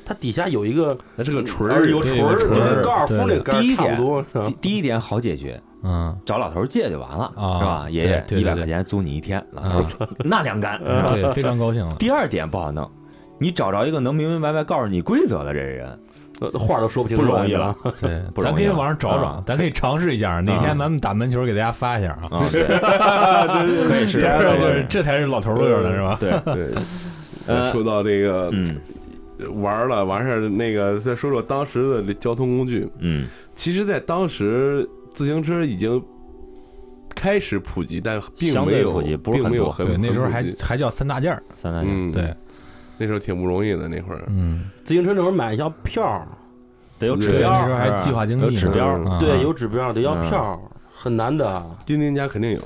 它底下有一个那是个锤呃儿，有对锤儿，有就锤儿跟高尔夫那个杆对对儿差不多，是吧第第一点好解决，嗯， 找老头儿借就完了，啊是吧？爷爷对对对一百块钱租你一天，老头啊嗯儿说那两杆，是吧？对，非常高 兴了。第二点不好弄，你找着一个能明明白白告诉你规则的这人，呃话都说不清不楚容易了。对，不咱容可易以啊网上找找啊，咱可以尝试一下，哪天啊咱们打门球给大家发一下啊。啊，对 可以试这样可以就是嗯试这才是老头乐呢，是吧？对，对。呃说到这个嗯玩儿了，完事儿那个再说说当时的交通工具。嗯，其实，在当时自行车已经开始普及，但并相对没有普及不是并很没有多很对，那时候很普还及还叫三大件儿，三大件，嗯，对，，那时候挺不容易的那会儿。嗯，自行车那会儿买一张票儿，得有指对标，那时候还是吧计划经济有指呢标嗯儿。啊对，有指标儿得要嗯票儿，很难的。啊丁丁家肯定有，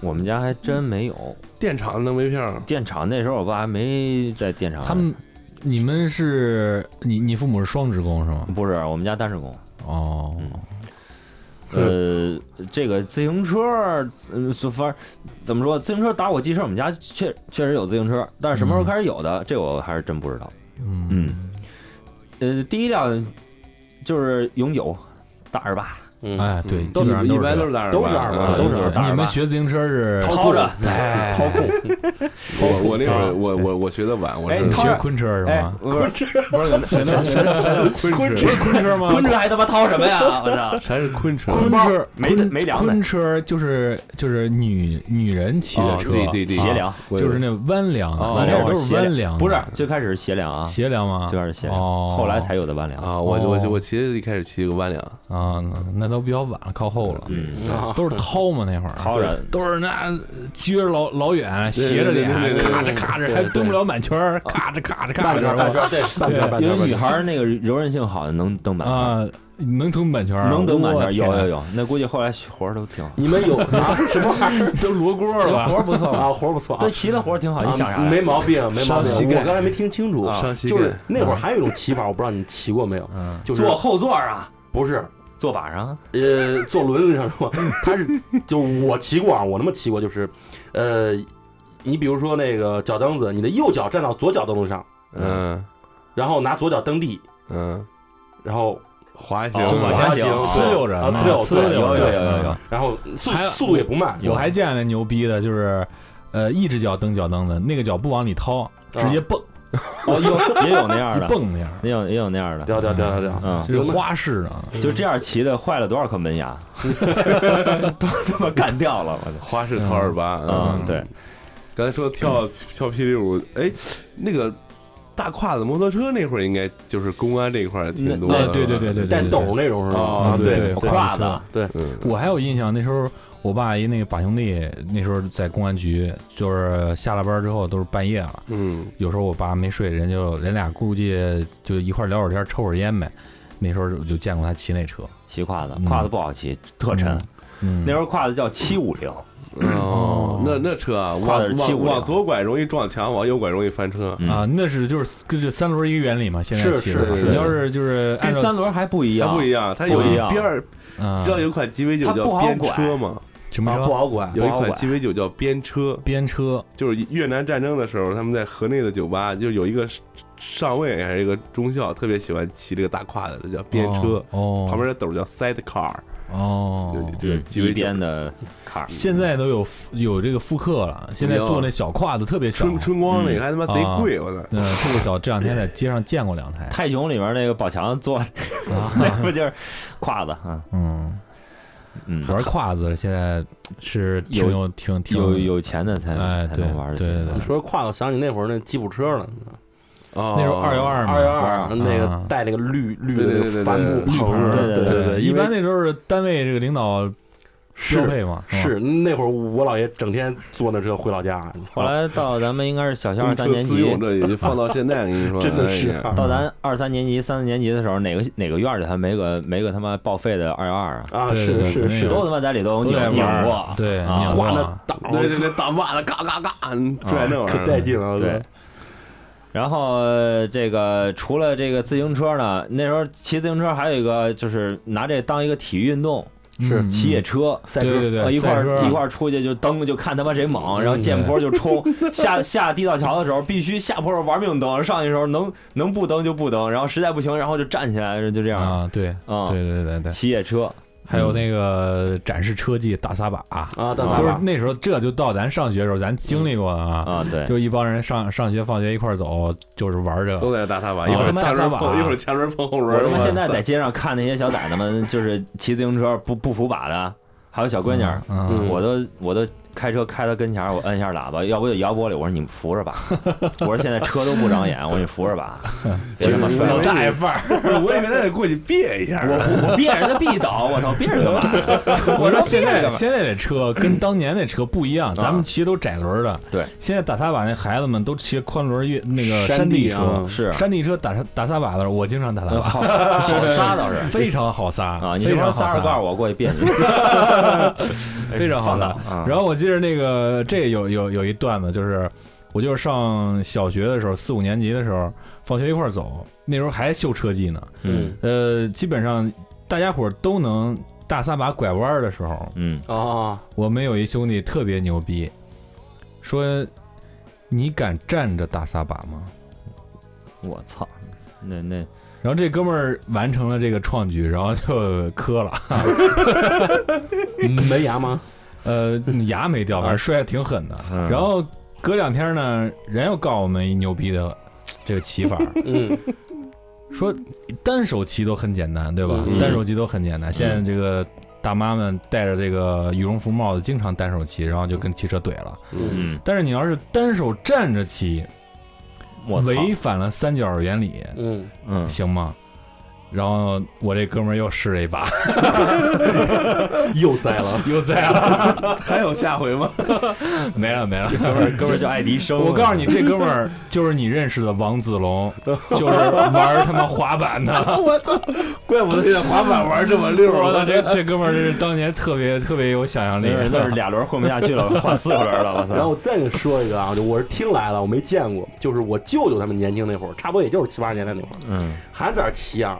我们家还真没有电厂能没票儿？电厂，那时候我爸还没在电厂。他们，你们是你你父母是双职工是吗？不是我们家单身工。哦，嗯呃，这个自行车，嗯，就反正怎么说，自行车打火机是我们家确确实有自行车，但是什么时候开始有的，这我还是真不知道。嗯嗯，呃，第一辆就是永久大二八，嗯，哎，对，嗯基本上一都般这都样是大耳都是巴耳巴啊都是对耳对巴你们学自行车是掏掏着空哎掏空，我我那会啊儿我我我学的晚，我哎是掏学着昆车是哎吗，？不是不 是，谁能谁能谁能昆谁车， 能昆车吗？昆车还他妈掏什么 呀？我操！啥是昆车？ 昆包车没昆得没凉的昆车就是就是女女人骑的哦车，啊对对对，斜梁就是那弯梁的，哦那时候都是斜弯梁梁，不是最开始是斜梁啊，斜梁吗？最开始斜梁，哦后来才有的弯梁。啊，我我哦我骑一开始骑个弯梁，啊，那那都比较晚了，靠后了，嗯，啊都是掏嘛那会儿，掏着都是那撅着老老远，对斜着对脸对对，对咔着对咔着，对对还对蹬不了满圈儿，咔着咔着咔半着边半边，对，半边半因为边女孩儿那个柔韧性好，能蹬满圈儿，啊，能蹬满圈儿啊，能蹬满圈我儿，有有天，有。那估计后来活儿都挺好，你们有啊？什么玩意儿？都罗锅这了吧？活儿不错 啊，活儿不错啊。对，骑的活儿挺好，你想啥哎啊呀？没毛病，没毛伤膝病。盖啊我刚才没听清楚，啊伤膝盖就是那会儿还有一种骑法，我不知道你骑过没有，嗯就是坐后座儿啊，不是坐把上啊，呃，坐轮子上是吧？他是就是我骑过啊，我那么骑过，就是，呃，你比如说那个脚蹬子，你的右脚站到左脚蹬子上，嗯然后拿左脚蹬地，嗯，然后滑行哦嘛往下行行，呲溜着嗯啊，呲溜，呲溜对着有有有有对 有，然后速还有嗯速度也不慢，我还见了牛逼的，就是呃，一只脚蹬脚蹬的，那个脚不往里掏，直接蹦哦有也有那样一的，蹦那样，也有也有那样的，掉掉掉掉掉，嗯，这是花式啊。就这样骑的坏了多少颗门牙，都他妈干掉了，我操！花式掏二八哦嗯，对，刚才说跳跳霹雳舞，哎，那个大胯子摩托车那会儿应该就是公安这一块儿挺多哎的，，对对对对，对带对斗那种是吧？哦啊对对对，胯子嗯，我还有印象，那时候我爸一那个把兄弟，那时候在公安局，就是下了班之后都是半夜了，嗯有时候我爸没睡，人就人俩估计就一块儿聊会儿天儿，抽会儿烟呗。那时候就见过他骑那车，骑胯子嗯，胯子不好骑，特沉。嗯，那时候胯子叫七五零，哦，那那车啊，跨往嗯的是往750往左拐容易撞墙，往右拐容易翻车，嗯啊，那是就是跟这三轮一个原理嘛，现在是骑的是话是你要是就是跟按照三轮还不一它样，不一样，样，它不有一一样嗯边儿，啊知，道有一款 GV 九它不叫好边拐车吗？什么啊不车？好拐，有一不款好拐 GV 九叫边车，边车就是越南战争的时候，他们在河内的酒吧，就有一个上尉还是一个中校，特别喜欢骑这个大胯的，这叫边车，哦，旁边的斗儿叫 side car，哦就。就对是，鸡嗯一尾酒。边的坎儿。现在都有有这个复刻了，现在做那小胯子特别小，春春光那个嗯还他妈贼贵，我操！嗯，这个小这两天在街上见过两台，泰囧里面那个宝强坐， 那不就是胯子啊？嗯，嗯，玩胯子现在是挺有挺挺有。有钱的才哎才对能玩得起。对对你说胯，我想起那会儿那吉普车了，那那哦时候二幺二嘛，二幺二那啊个带那个绿绿的对对那对对个帆布对棚儿，对对对对对对，一因为般那时候是单位这个领导标是配嘛，吧是那会儿我姥爷整天坐那车回老哦家，后来到咱们应该是小学二公三车年私级用，这也就放到现在，跟 你说，真的是哎呀嗯啊到咱二三年级、三四年级的时候，哪个哪个院儿里还没个没个他妈报废的二幺二啊？啊对对是对是肯定有是，都他妈在里头都在拧拧玩过，对，啊拧挂过那了档，对对对，大袜子嘎嘎嘎，拽那玩意可儿，带劲了，对，。然后呃这个除了这个自行车呢，那时候骑自行车还有一个就是拿这当一个体育运动，是骑野车。赛对车对对，呃一块嗯赛车嗯儿一块儿出去就蹬，就看他妈谁猛，然后见坡就冲。 下下地道桥的时候，必须下坡玩命蹬，上去的时候能能不蹬就不蹬，然后实在不行，然后就站起来，就这样。啊，对，啊对对对对，骑野车，还有那个展示车技大撒把，啊，大撒撒都是把，那时候这就到咱上学的时候，咱经历过啊，啊，对，就一帮人上上学放学一块儿走，就是玩这个都在那大撒把，啊一会儿他妈前轮大撒把碰，一会儿前轮碰后轮我儿。他我妈现在在街上看那些小崽子们，就是骑自行车不不扶把的，还有小闺女儿，嗯，嗯我都我都开车开到跟前儿，我摁一下喇叭，要不就摇玻璃，我说你们 扶着吧，我说现在车都不长眼，我说你扶着吧，别他妈摔了。大爷范儿， 我以为他得过去别一下我呢。我别人的必倒，我操，别人 干嘛？我说现别在人干嘛？啊现在这车 跟当年那车不一样，咱们骑都窄轮的。对，现在打撒把那孩子们都骑宽轮越那个山地车，啊是山地车打打撒把的时候，我经常打撒呃把，好好撒倒是 非常好撒啊，你啊非这边常撒好着撒哎罐儿，我过去别你，非常好放撒倒。啊。然后我记得那个这有有有一段子，就是我就是上小学的时候，四五年级的时候，放学一块儿走，那时候还修车技呢。嗯呃，基本上大家伙儿都能大撒把拐弯儿的时候，嗯啊，我们有一兄弟特别牛逼，说你敢站着大撒把吗？我操，那那然后这哥们儿完成了这个创举，然后就磕 了，门牙吗？呃，牙没掉，啊反正摔的挺狠的。嗯然后隔两天呢，人又告我们一牛逼的 这个骑法 儿，嗯，说单手骑都很简单，对吧？嗯单手骑都很简单。现在这个大妈们戴着这个羽绒服帽子，经常单手骑，然后就跟汽车怼了。嗯嗯，但是你要是单手站着骑，我操，违反了三角原理，嗯，嗯，行吗？然后我这哥们儿又试了一把，又栽了，又栽了， 还有下回吗？没了没了。哥们儿哥们儿叫爱迪生，我告诉你，这哥们儿就是你认识的王子龙，就是玩他妈滑板 的。 我操！怪不得现在滑板玩这么溜我儿操，呢，这这哥们儿是当年特别特别有想象力那，人都是俩轮混不下去了，换四个轮了，我操！然后我再给你说一个啊，就我是听来了，我没见过，就是我舅舅他们年轻那会儿，差不多也就是七八十年代那会儿，嗯还在那儿骑啊，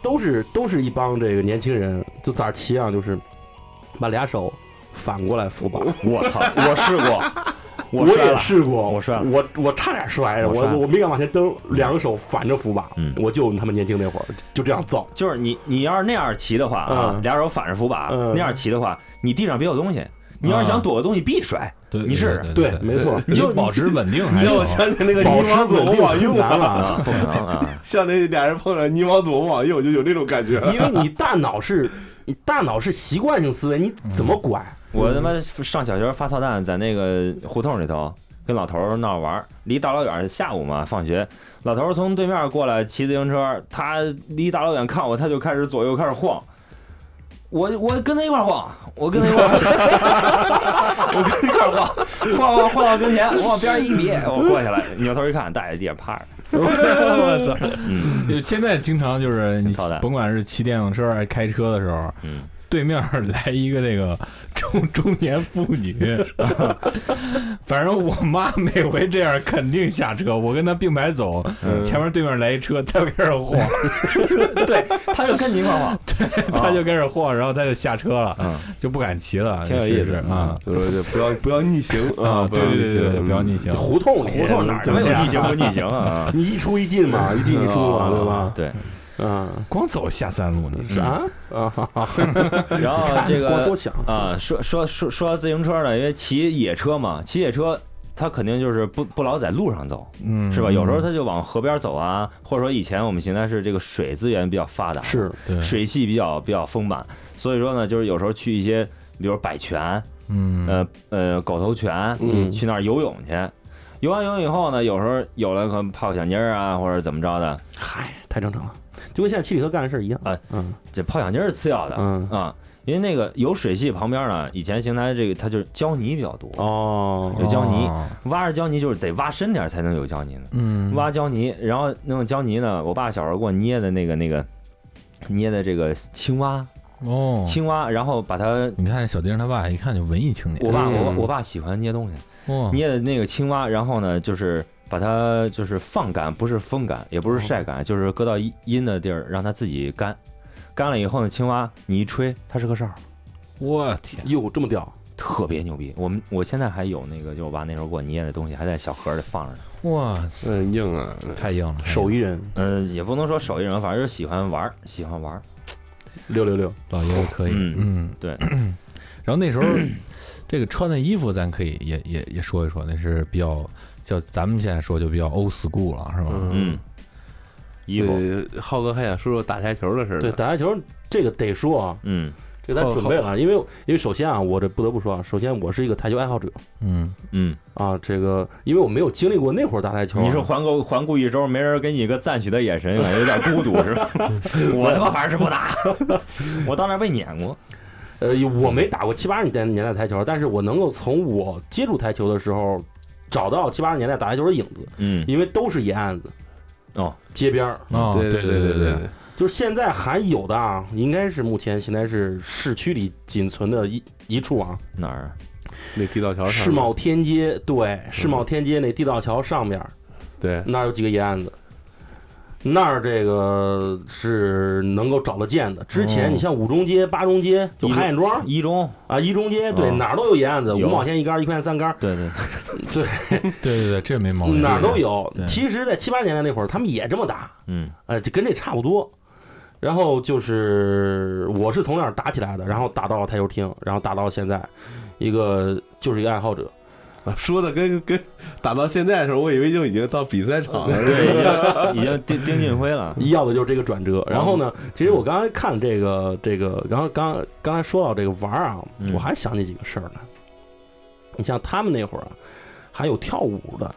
都是都是一帮这个年轻人，就早上骑啊，就是把俩手反过来扶把。 我操，我试过，我摔也了，试过，我摔了我我差点摔着，我我摔了我没敢往前蹬，两个手反着扶把，嗯我就他们年轻那会儿就这样造，就是你你要是那样骑的话啊，嗯俩手反着扶把，嗯那样骑的话，你地上别有东西，你要是想躲个东西必摔，对，你试对对对，，没错，你就保持稳定还让我行。想起那个保你持往左稳我定往右很难了啊，啊，不可能啊！ 像那俩人碰上你往左我往右就有那种感 觉。因为你大脑是你大脑是习惯性思维，你怎么拐？我他妈上小学发操蛋，在那个胡同里头跟老头儿闹着玩儿，离大老远下午嘛放学，老头儿从对面过来骑自行车，他离大老远看我，他就开始左右开始晃。我我跟他一块儿晃，我跟他一块儿晃， 我跟他一块儿晃，晃晃晃到跟前，我往边儿一别，我过去了，扭头一看，大爷地上趴着， 我操，嗯现在经常就是你挺操蛋甭管是骑电动车还是开车的时候，嗯，对面儿来一个这个 中中年妇女， 反正我妈每回这样肯定下车，我跟她并排走，嗯前面对面来一车，她就开始晃，对，他就跟你一块儿晃，啊她就开始晃，然后她就下车了，嗯，就不敢骑了，挺有意思嗯是啊对对对，不要不要逆行啊！啊，不对要逆对对对对，行不要逆行，嗯胡同里啊胡同哪儿他怎么妈有样逆行不逆行啊？你一出一进嘛，一进一出 嘛，啊对吧？对，嗯，光走下三路呢，是啊啊哈哈，然后嗯这 光个多想啊，说说说说自行车呢，因为骑野车嘛，骑野车它肯定就是不不老在路上走，嗯，是吧？有时候它就往河边走啊，或者说以前我们邢台市这个水资源比较发达，是嗯对，水系比较比较丰满，所以说呢，就是有时候去一些，比如百泉，嗯呃呃狗头泉，嗯去那儿游泳去。游完泳以后呢，有时候有了可能泡小妞儿啊，或者怎么着的，嗨，太正常了，就跟现在七里河干的事儿一样哎嗯这泡小妞儿是次要的啊、嗯因为那个有水系旁边呢，以前邢台这个它就是胶泥比较多，哦有胶泥哦挖着胶泥就是得挖深点儿才能有胶泥呢。嗯挖胶泥，然后弄胶泥呢，我爸小时候给我捏的那个那个捏的这个青蛙，哦，青蛙，然后把它。你看小丁他爸一看就文艺青年，我爸嗯我我爸喜欢捏东西，哇，捏的那个青蛙，然后呢，就是把它就是放干，不是风干，也不是晒哦干，就是搁到阴阴的地儿，让它自己干。干了以后呢，青蛙你一吹，它是个哨儿，我天，哟，这么屌，特别牛逼。我们我现在还有那个，就是我爸那时候给我捏的东西，还在小盒里放着呢。哇，嗯，硬啊！太硬了，手艺人嗯、也不能说手艺人，反正就是喜欢玩儿，喜欢玩儿。六六六，老爷子可以，嗯嗯，对 然后那时候，这个穿的衣服咱可以也也也说一说，那是比较叫咱们现在说就比较 old school 了，是吧？嗯，衣服，呃，浩哥还想说说打台球的事儿对，呢。打台球这个得说啊，嗯这个咱准备了啊，因为因为首先啊，我这不得不说啊，首先我是一个台球爱好者嗯，嗯，啊，这个因为我没有经历过那会儿打台球啊，你是环顾环顾一周，没人给你一个赞许的眼 神，感觉有点孤独是 吧？我他妈反正是不打， 我当年被撵过。呃，我没打过七八十年年代台球，但是我能够从我接触台球的时候找到七八十年代打台球的影子，嗯因为都是野案子哦，街边儿，哦，对对对对，对，就是现在还有的啊，应该是目前现在是市区里仅存的一一处啊，哪儿啊？那地道桥上世贸天街对，世贸天街那地道桥上边儿对，那儿有几个野案子。那儿这个是能够找得见的。之前你像五中街、八中街，就一海眼庄一中，啊，一中街，对，哦哪儿都有野案子，五有毛钱一杆儿，一块钱三杆儿，对对，对对对，这没毛病，哪儿都有对。其实，在七八十年代那会儿，他们也这么打，嗯呃，就跟这差不多。然后就是我是从那儿打起来的，然后打到了台球厅，然后打到了现在，一个就是一个爱好者。啊 说的跟跟打到现在的时候，我以为就已经到比赛啊 场嗯了。对，已经已经丁丁俊晖了。要的就是这个转折。然后呢，嗯其实我刚才看这个这个，然后刚刚才说到这个玩儿啊嗯，我还想起几个事儿呢。你像他们那会儿啊，还有跳舞的，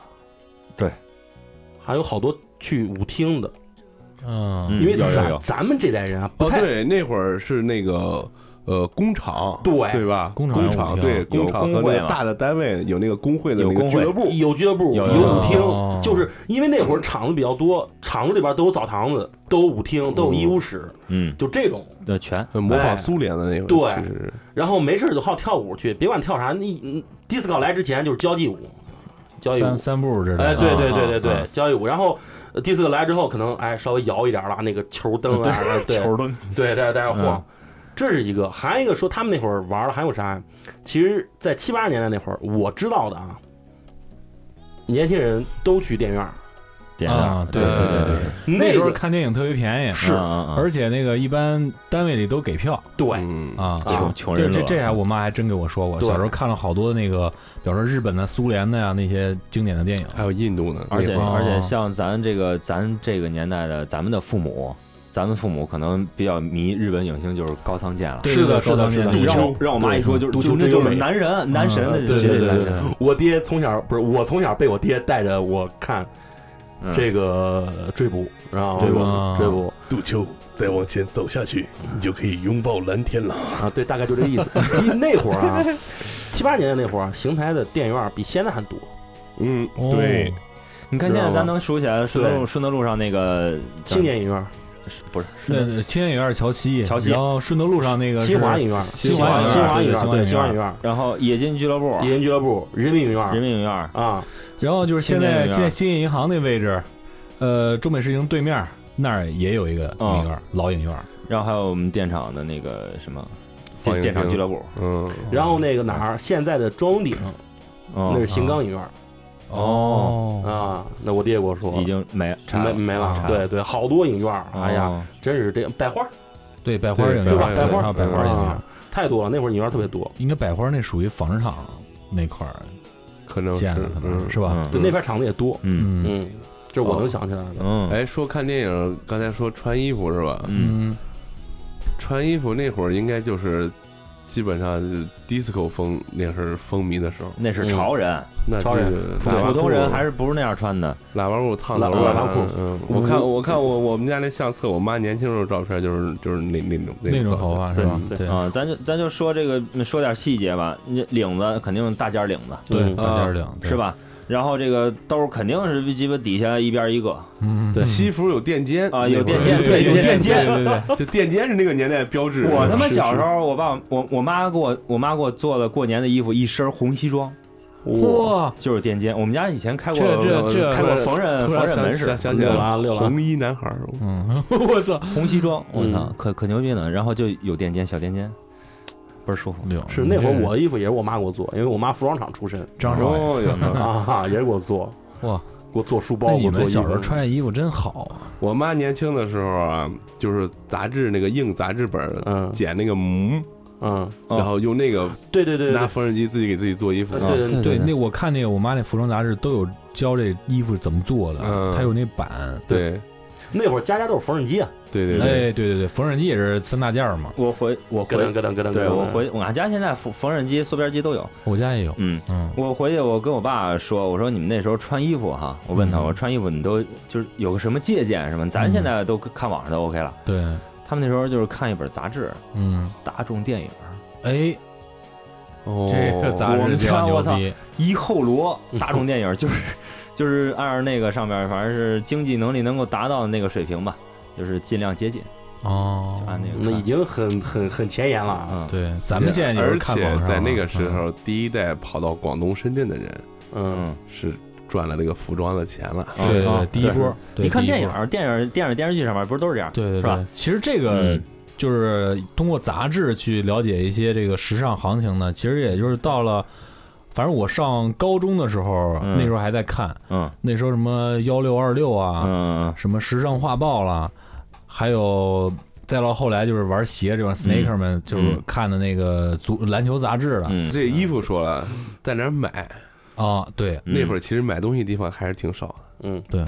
对，还有好多去舞厅的，嗯，嗯因为有有咱有咱们这代人啊，不哦，太 对，那会儿是那个呃工厂，对对吧？工工厂厂有对工会厂和那嘛个大的单位有那个工会的有那个工俱会乐部，有俱乐部，有有舞厅，哦就是因为那会儿场子比较多，场子里边都有澡堂子，都有舞厅，都有医务室，嗯，就这种。对，全呃模哎仿苏联的那个，对其实然后没事儿就好跳舞去，别管跳啥，你你 disco 来之前就是交际舞，交易舞三，三步知道。哎，对对啊对对啊对，交易舞。然后呃第四个来之后，可能哎稍微摇一点啦，那个球灯啊， 对球灯，对，在这在这嗯晃。这是一个，还有一个说他们那会儿玩的还有啥呀？其实，在七八十年代那会儿，我知道的啊，年轻人都去电影院儿，点啊亮，对对对啊对，那时候个看电影特别便宜，是，而而且那个一般单位里都给票对嗯，啊。穷穷对，人这乐，嗯这还我妈还真给我说过，对小时候看了好多那个，比方说日本的、苏联的呀那些经典的电影。还有印度呢，而且那会儿哦而且像咱这个咱这个年代的咱们的父母。咱们父母可能比较迷日本影星，就是高仓健了。对对对高仓是的是健，的让赌我让我妈一说就是赌就球那真就有是美男人男神，嗯那对就绝对对男对对神。，我爹从小不是我从小被我爹带着我看嗯这个追捕，然后嗯追捕啊追捕杜秋，再往前走下去，你就可以拥抱蓝天了。啊，对，大概就这意思。 因为那会儿啊，七八年代那会儿，啊邢台的电影院比现在还多。嗯，哦对，，你看现在知道咱吗能数起来顺德路顺德路上那个叫青年影院、是不是顺德那青年影院桥西，桥西然后顺德路上那个新华是影院、新华华影影院、院新华影对院、新华对影新华院影院、然后野金俱乐部、野人俱乐部、人民影人院民影院、啊，然后就是现青年在影院现在兴业银行那位置，呃，中美世营对面那儿也有一个哦影院，老影院。然后还有我们电厂的那个什么放映电电厂厅俱乐部，嗯，然后那个哪儿，现在的中央顶嗯那是邢冈影院哦，啊。那我爹给我说已经没拆没了没啊了，拆对对，好多影院，哎呀，哦真是这百花对，百花影院，对吧？对百百花还有百花嗯影院啊，，太多了，那会儿影院特别多。应该百花那属于纺织厂那块儿可能是建的，可能嗯是吧？对，嗯那片厂子也多。嗯嗯嗯，这我能想起来的。嗯哎，说看电影，刚才说穿衣服是吧？嗯嗯，穿衣服那会儿应该就是基本上是 disco 风那是风靡的时候，那是潮人，那超人就是喇叭普通人裤还是不是那样穿的？喇叭裤、烫头啊、喇喇叭裤嗯，我看我看我我们家那相册，我妈年轻时候照片就是就是那那种那种头发。发是吧？对对啊，咱就咱就说这个嗯说点细节吧，你领子肯定大尖儿领子对，嗯大尖儿领是？吧？然后这个兜儿肯定是鸡巴底下一边一个对嗯，对西服有垫肩啊，有那会垫儿肩，对有有垫垫肩肩，对对 就垫肩是那个年代标志。我他妈小时候，候，我爸我我妈给我我妈给我做了过年的衣服，一身红西装，对，哇，就是垫肩。我们家以前开过这这这开过缝纫突缝然纫想门市想，想起来六郎六郎红衣男孩儿，嗯，我操，红西装，我嗯操，可可牛逼了。然后就有垫肩，小垫肩，倍儿舒服。六是那会儿我的衣服也是我妈给我做，因为我妈服装厂出身张少爷，哦哟啊，也是给我做。嗯哇，给我做书包，那给你我做们衣小时服候。穿的衣服真好啊！我妈年轻的时候啊，就是杂志那个硬杂志本儿嗯剪那个模，嗯，哦然后用那个对对呃对对拿缝纫机自己给自己做衣服对。啊对对对，嗯对那我看那个我妈那服装杂志都有教这衣服怎么做的，嗯它有那版。对那会儿家家都有缝纫机啊，对对对，哎，对对对，缝纫机也是三大件儿嘛，我回我咯噔回，咯噔咯噔。对咯噔我，回我们家现在缝缝纫机、缩边机都有。我家也有。嗯，嗯，我回去我跟我爸说，我说你们那时候穿衣服哈，我问他嗯我穿衣服你都就是有个什么借鉴什么？咱嗯现在都看网上都 OK 了，对，他们那时候就是看一本杂志，嗯，大众电影。哎，哦这个杂我志们比家较我牛操逼，一后罗嗯大众电影就是就是按照那个上面，反正是经济能力能够达到的那个水平吧，就是尽量接近，哦就，按那个看。那已经很很很前沿了啊。嗯，对，咱们现在也而是看且网上啊嗯在那个时，候，第一代跑到广东深圳的人嗯嗯，是赚了这个服装的钱了。嗯对对啊对，第一波，对你看第一电波影、电影、电影、电视剧上面不是都是这样？对对是吧对，其实这个嗯就是通过杂志去了解一些这个时尚行情呢，其实也就是到了。反正我上高中的时候，嗯那时候还在看，嗯那时候什么幺六二六啊，嗯什么时尚画报啦，还有再到后来就是玩鞋嗯这帮 sneaker 们就是看的那个足篮球杂志了、嗯，这衣服说了，在哪儿买？啊，对嗯那会儿其实买东西地方还是挺少的。嗯，对，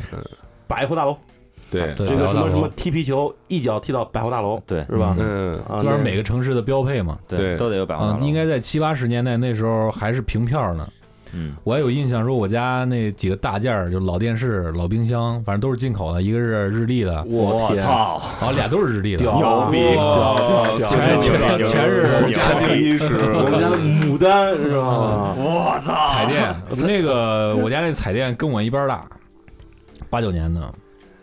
百货大楼，对对这个什么什么然后踢皮球，一脚踢到百货大楼，对是吧？嗯，啊，基本上那每个城市的标配嘛，对对都得有百货大啊，楼应该在七八十年代那时候还是凭票呢。嗯我还有印象说我家那几个大件儿，就老电视、老冰箱，反正都是进口的，一个是日立的，我天，操，啊，俩都是日立的，屌牛逼哇哦屌全全屌屌全全我是家境衣食，我们家的牡丹是嗯吧？我操，彩电，那个我家那彩电跟我一边儿大，八九年的，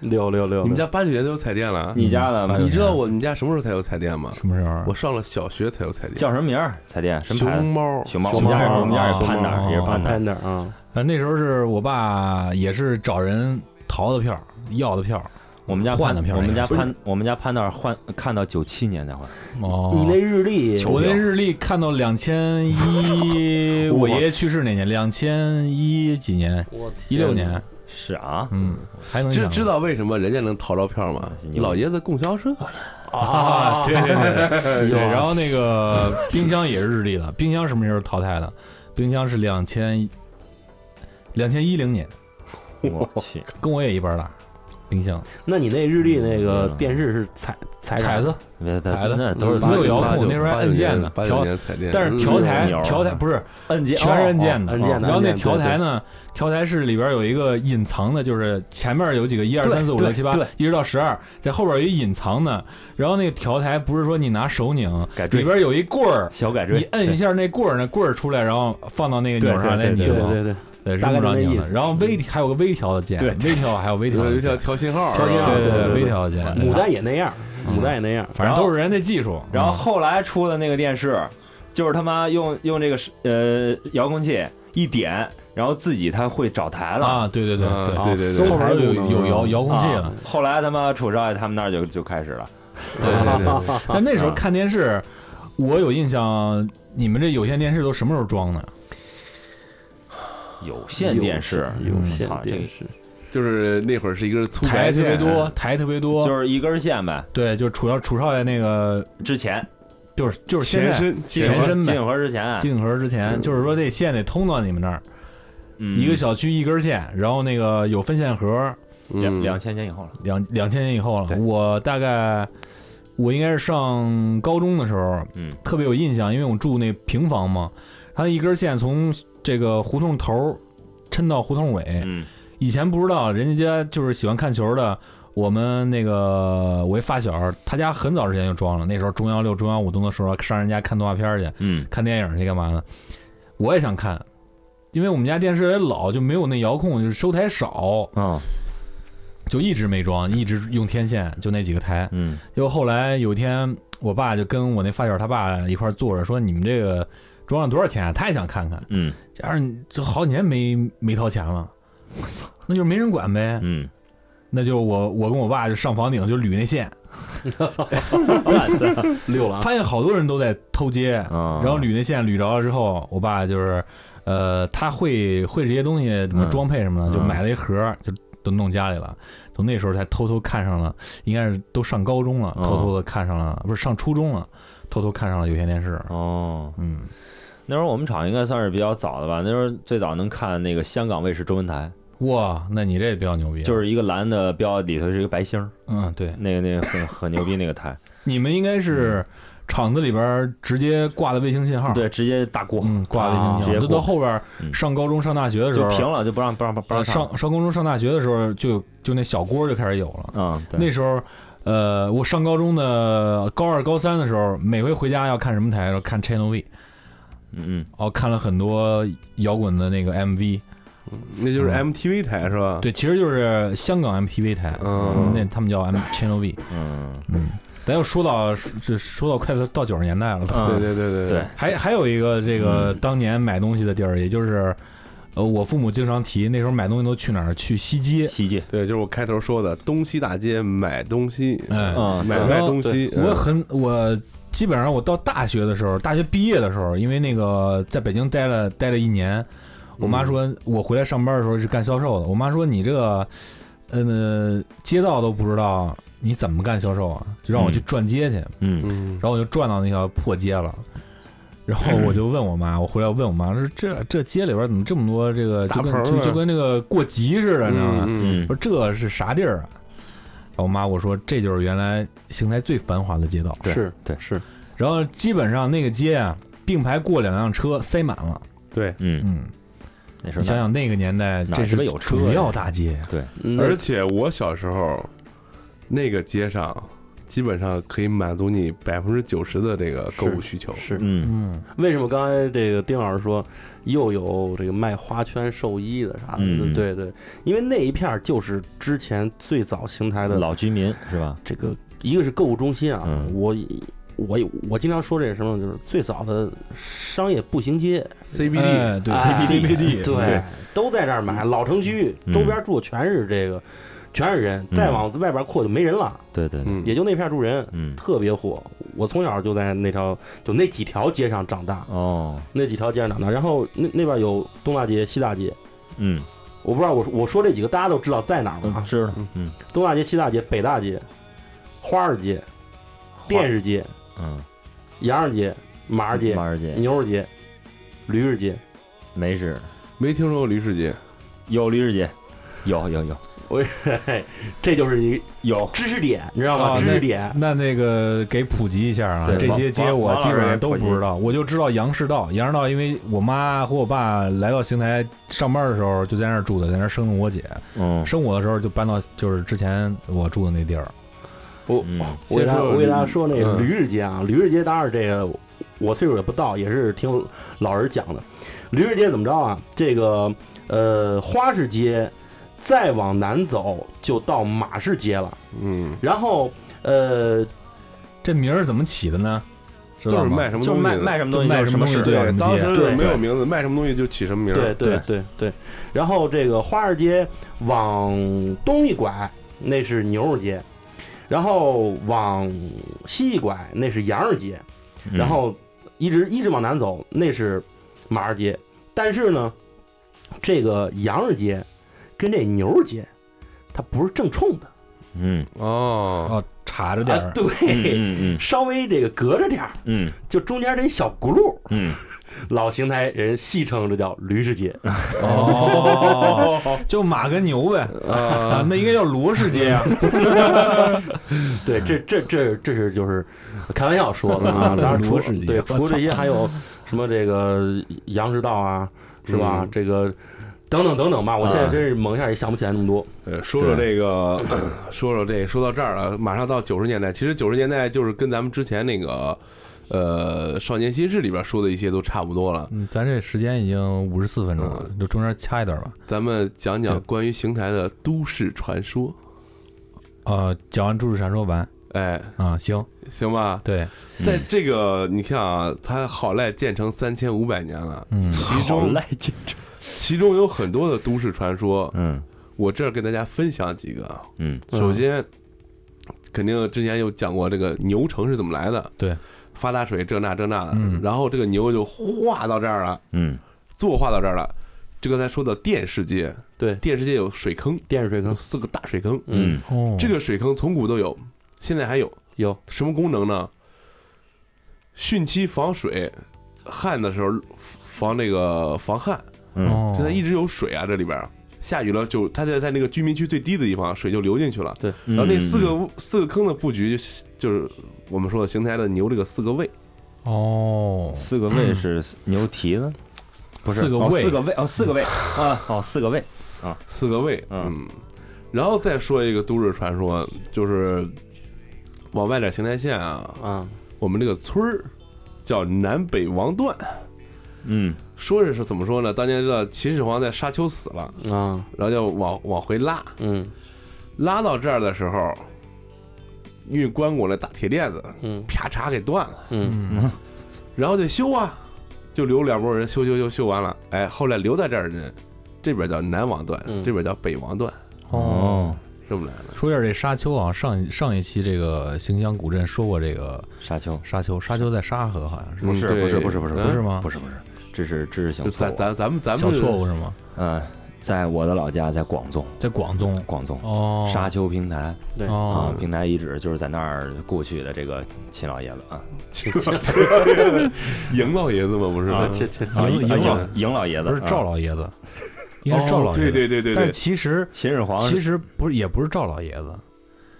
六六六，你们家八九年就有彩电了？啊你家的嗯买你知道我们家什么时候才有彩电吗？什么时候啊？我上了小学才有彩电。叫什么名儿？彩电什么牌熊子？猫，熊猫，我熊们家也猫我们家也是熊潘达，猫也是啊潘达。 Panda 啊，啊，那时候是我爸也是找人逃的票，要的票。我们家换潘的票我们家也是潘，我们家潘那儿换看到九七年那会儿，哦，你那日历球我那票日历看到两千一，我爷爷去世那年，两千一几年，我一六年，是啊，嗯，还能知想知道为什么人家能淘着票吗是？牛老爷子供销社，啊？对对对对，哎呦然后那个 冰箱也是日历的，冰箱什么时候淘汰的？冰箱是两千两千一零年，我去，跟我也一般大，冰箱那你那日历那个电视是彩彩啥彩子，别的来了那都嗯是没有遥控89那时候还按键呢八调九年彩电，但是调台钮儿调台不是按键，全是按键的，哦哦按键的然后那按键调台呢，调台是里边有一个隐藏的，就是前面有几个一二三四五六七八对，一直到十二，在后边有一隐藏的。然后那个调台不是说你拿手拧，改里锥，边有一棍儿，小改你锥，摁一下那棍儿，那棍儿出来，然后放到那个钮上对那拧对对。对对，对，是大概这么着就那拧意的。思然后微还有个微调的键，对微调还有微调有的一键叫，调信号，调信号对是吧对对对微对调的键。牡丹也那样，牡丹也那样，反正都是人家技术。然后嗯后来出的那个电视，就是他妈用用这个是呃遥控器一点，然后自己它会找台了。啊，对对对啊对，对对对后边有搜牌功能有遥遥控器啊了。后来他妈楚少爷他们那儿就就开始了，对对对，但那时候看电视，我有印象，你们这有线电视都什么时候装的？有线电视，有线我操这电个视， 就是那会儿是一根粗台啊白特别线多，，台特别多，就是一根线呗。对，就是楚少楚少爷那个，之前就是就是现前在身嗯前身金呗永和之前，啊进盒之前，就是说这线得通到你们那儿，嗯一个小区一根线，然后那个有分线盒，两嗯两千年以后了。两两千年以后了，对我大概。我应该是上高中的时候，嗯，特别有印象，因为我住那平房嘛，它一根线从这个胡同头儿抻到胡同尾，嗯，以前不知道，人家家就是喜欢看球的。我们那个我一发小，他家很早之前就装了。那时候中央六、中央五都能收到，上人家看动画片去，嗯，看电影去干嘛呢？我也想看，因为我们家电视也老，就没有那遥控，就是收台少，哦，就一直没装，一直用天线，就那几个台。嗯，结果后来有一天，我爸就跟我那发小他爸一块儿坐着，说你们这个装了多少钱啊？他也想看看，嗯，这二这好几年没没掏钱了，我操，那就是没人管呗。嗯，那就我我跟我爸就上房顶就捋那线，溜了啊，发现好多人都在偷接，然然后捋那线捋着了之后，我爸就是，呃，他会会这些东西什么嗯装配什么的，就嗯买了一盒，就都弄家里了。从那时候才偷偷看上了，应该是都上高中了，哦偷偷的看上了，不是上初中了，偷偷看上了有线电视。哦，嗯，那时候我们厂应该算是比较早的吧，那时候最早能看那个香港卫视中文台，哇，那你这比较牛逼，啊就是一个蓝的标，里头是一个白星儿，嗯，对，那个那个很很牛逼那个台，你们应该是厂子里边直接挂的卫星信号，，嗯对，直接大锅嗯，挂啊卫星直信接号，都过到后边嗯上高中上大学的时就候，平了，就不让不让不呃，让上上高中、上大学的时候就，就那小锅就开始有了。啊，对，那时候，呃，我上高中的高二、高三的时候，每回回家要看什么台的时候，看 Channel V，嗯哦，看了很多摇滚的那个 MV。那就是 MTV 台是啊吧？嗯对，其实就是香港 MTV 台，嗯他们那他们 叫 M Channel V。嗯嗯嗯，咱又说到这，说到快到九十年代了，嗯对对对对，还还有一个这个当年买东西的地儿，也就是，呃，我父母经常提，那时候买东西都去哪儿？去西街。西街，对，就是我开头说的东西大街买东西，哎嗯，买卖东西，我很我基本上我到大学的时候，大学毕业的时候，因为那个在北京待了待了一年，我嗯妈说我回来上班的时候是干销售的，我妈说你这个呃街道都不知道你怎么干销售啊，就让我去嗯转街去，嗯，嗯，然后我就转到那条破街了。然后我就问我妈，我回来问我妈说：“这这街里边怎么这么多这个，就杂跟盆儿就呢就跟那个过集似的，你知道吗？嗯嗯我说这是啥地儿啊？”然后我妈我说：“这就是原来邢台最繁华的街道。”是对是，然后基本上那个街啊，并排过两辆车，塞满了。对，嗯，嗯，那时你候想哪想那个年代，哪这鸡是巴有车呀主要大街呀。嗯而而且我小时候那个街上基本上可以满足你百分之九十的这个购物需求。是嗯，嗯，为什么刚才这个丁老师说又有这个卖花圈、寿衣的啥的？嗯对对，因为那一片儿就是之前最早邢台嗯的老居民是吧？这个，一个是购物中心啊，嗯我我我经常说这什么，就是最早的商业步行街 CBD，、哎对哎 CBD，对都在这儿买，老城区嗯周边住全是这个，全是人，嗯再往外边扩就没人了，对对，对嗯，也就那片儿住人，嗯，特别火。我从小就在那条就那几条街上长大，哦，那几条街上长大，然后那那边有东大街、西大街。嗯，我不知道我我说这几个大家都知道在哪儿吧？嗯啊知道，嗯东大街、西大街、北大街、花儿街、电视街、嗯，杨二街、马儿街、马二街牛儿街、驴儿街。没事，没听说过驴世界，有驴日街，有有有这就是一有，知识点，你知道吗？哦知识点。那那个给普及一下啊，对这些街我王基本上都不知道，我就知道杨市道。杨市道，因为我妈和我爸来到邢台上班的时候就在那儿住的，在那儿生的我姐，嗯生我的时候就搬到就是之前我住的那地儿。我嗯我给大先家说我给大家说那个嗯驴日街啊，驴日街当然这个我岁数也不到，也是听老人讲的。驴日街怎么着啊？这个呃花市街，再往南走就到马市街了，嗯，然后呃这名儿怎么起的呢？知都道是吗卖？什么就东西卖的？卖什么就东西卖就什么么东西事，对对，当时对没有名字，卖什么东西就起什么名儿。对对对对对，然后这个花市街往东一拐，那是牛市街，然后往西一拐，那是羊市街，嗯然后一直一直往南走，那是马市街。但是呢，这个羊市街跟这牛市街，它不是正冲的，嗯哦，哦，查着点啊儿。对，嗯嗯稍微这个隔着点儿，嗯就中间这小轱辘，嗯老邢台人戏称这叫驴市街。哦，就马跟牛呗。啊，那应该叫罗氏街啊。对，这这这这是就是开玩笑说的啊。嗯当然除罗氏街对我操除这些还有什么这个杨师道啊，是吧？嗯这个等等等等吧，我现在啊真是猛一下也想不起来那么多。呃，说说这个， 说说这，说到这儿了，马上到九十年代。其实九十年代就是跟咱们之前那个，呃，《少年心事》里边说的一些都差不多了。嗯，咱这时间已经五十四分钟了，就中间掐一段吧。咱们讲讲关于邢台的都市传说。呃，讲完都市传说完哎，啊，行，行吧，对，在这个你看啊，它好赖建成三千五百年了，嗯，其好中 赖劲，其中有很多的都市传说，嗯我这儿跟大家分享几个啊。嗯首先，肯定之前有讲过这个牛城是怎么来的，对，发大水这那这那的，嗯然后这个牛就化到这儿了，嗯坐化到这儿了。这个才说的电视街，对电视街有水坑，电视水有坑，四个大水坑，嗯，嗯哦，这个水坑从古都有，现在还有，有什么功能呢？汛期防水，旱的时候防那个防旱，哦嗯就它一直有水啊，这里边儿下雨了就它在在那个居民区最低的地方，水就流进去了。嗯，然后那四个屋四个坑的布局就是就是我们说的邢台的牛这个四个胃，哦，四个位是牛蹄子，不是嗯四个哦位四个位哦四个位啊哦四个位，四个胃，嗯嗯。然后再说一个都市传说，就是往外点邢台县啊，啊，我们这个村儿叫南北王段。嗯说是是怎么说呢？当年这秦始皇在沙丘死了，啊，然后就往往回拉，嗯拉到这儿的时候，运棺椁那大铁链子嗯啪嚓给断了，嗯嗯，然后得修啊，就留两拨人修修修修完了，哎，后来留在这儿的人，这边叫南王段嗯，这边叫北王段，哦，这么来的。说一下这沙丘啊，上一上一期这个邢乡古镇说过这个沙丘沙丘，沙丘在沙河好像是，不是嗯不是对不是不是嗯不是吗？不是不是，这是知识性就错咱误，咱咱们咱小们错误是吗？嗯，在我的老家在广宗，在广东广宗哦，沙丘平台对啊哦，平台遗址就是在那儿过去的这个秦老爷子啊，赢老爷子嘛，不是吗？切切，啊赢赢赢老老赢老爷子不是赵啊，老爷子，应该是赵老哦爷对子，对对对但是，对其实秦始皇其实不是，也不是赵老爷子，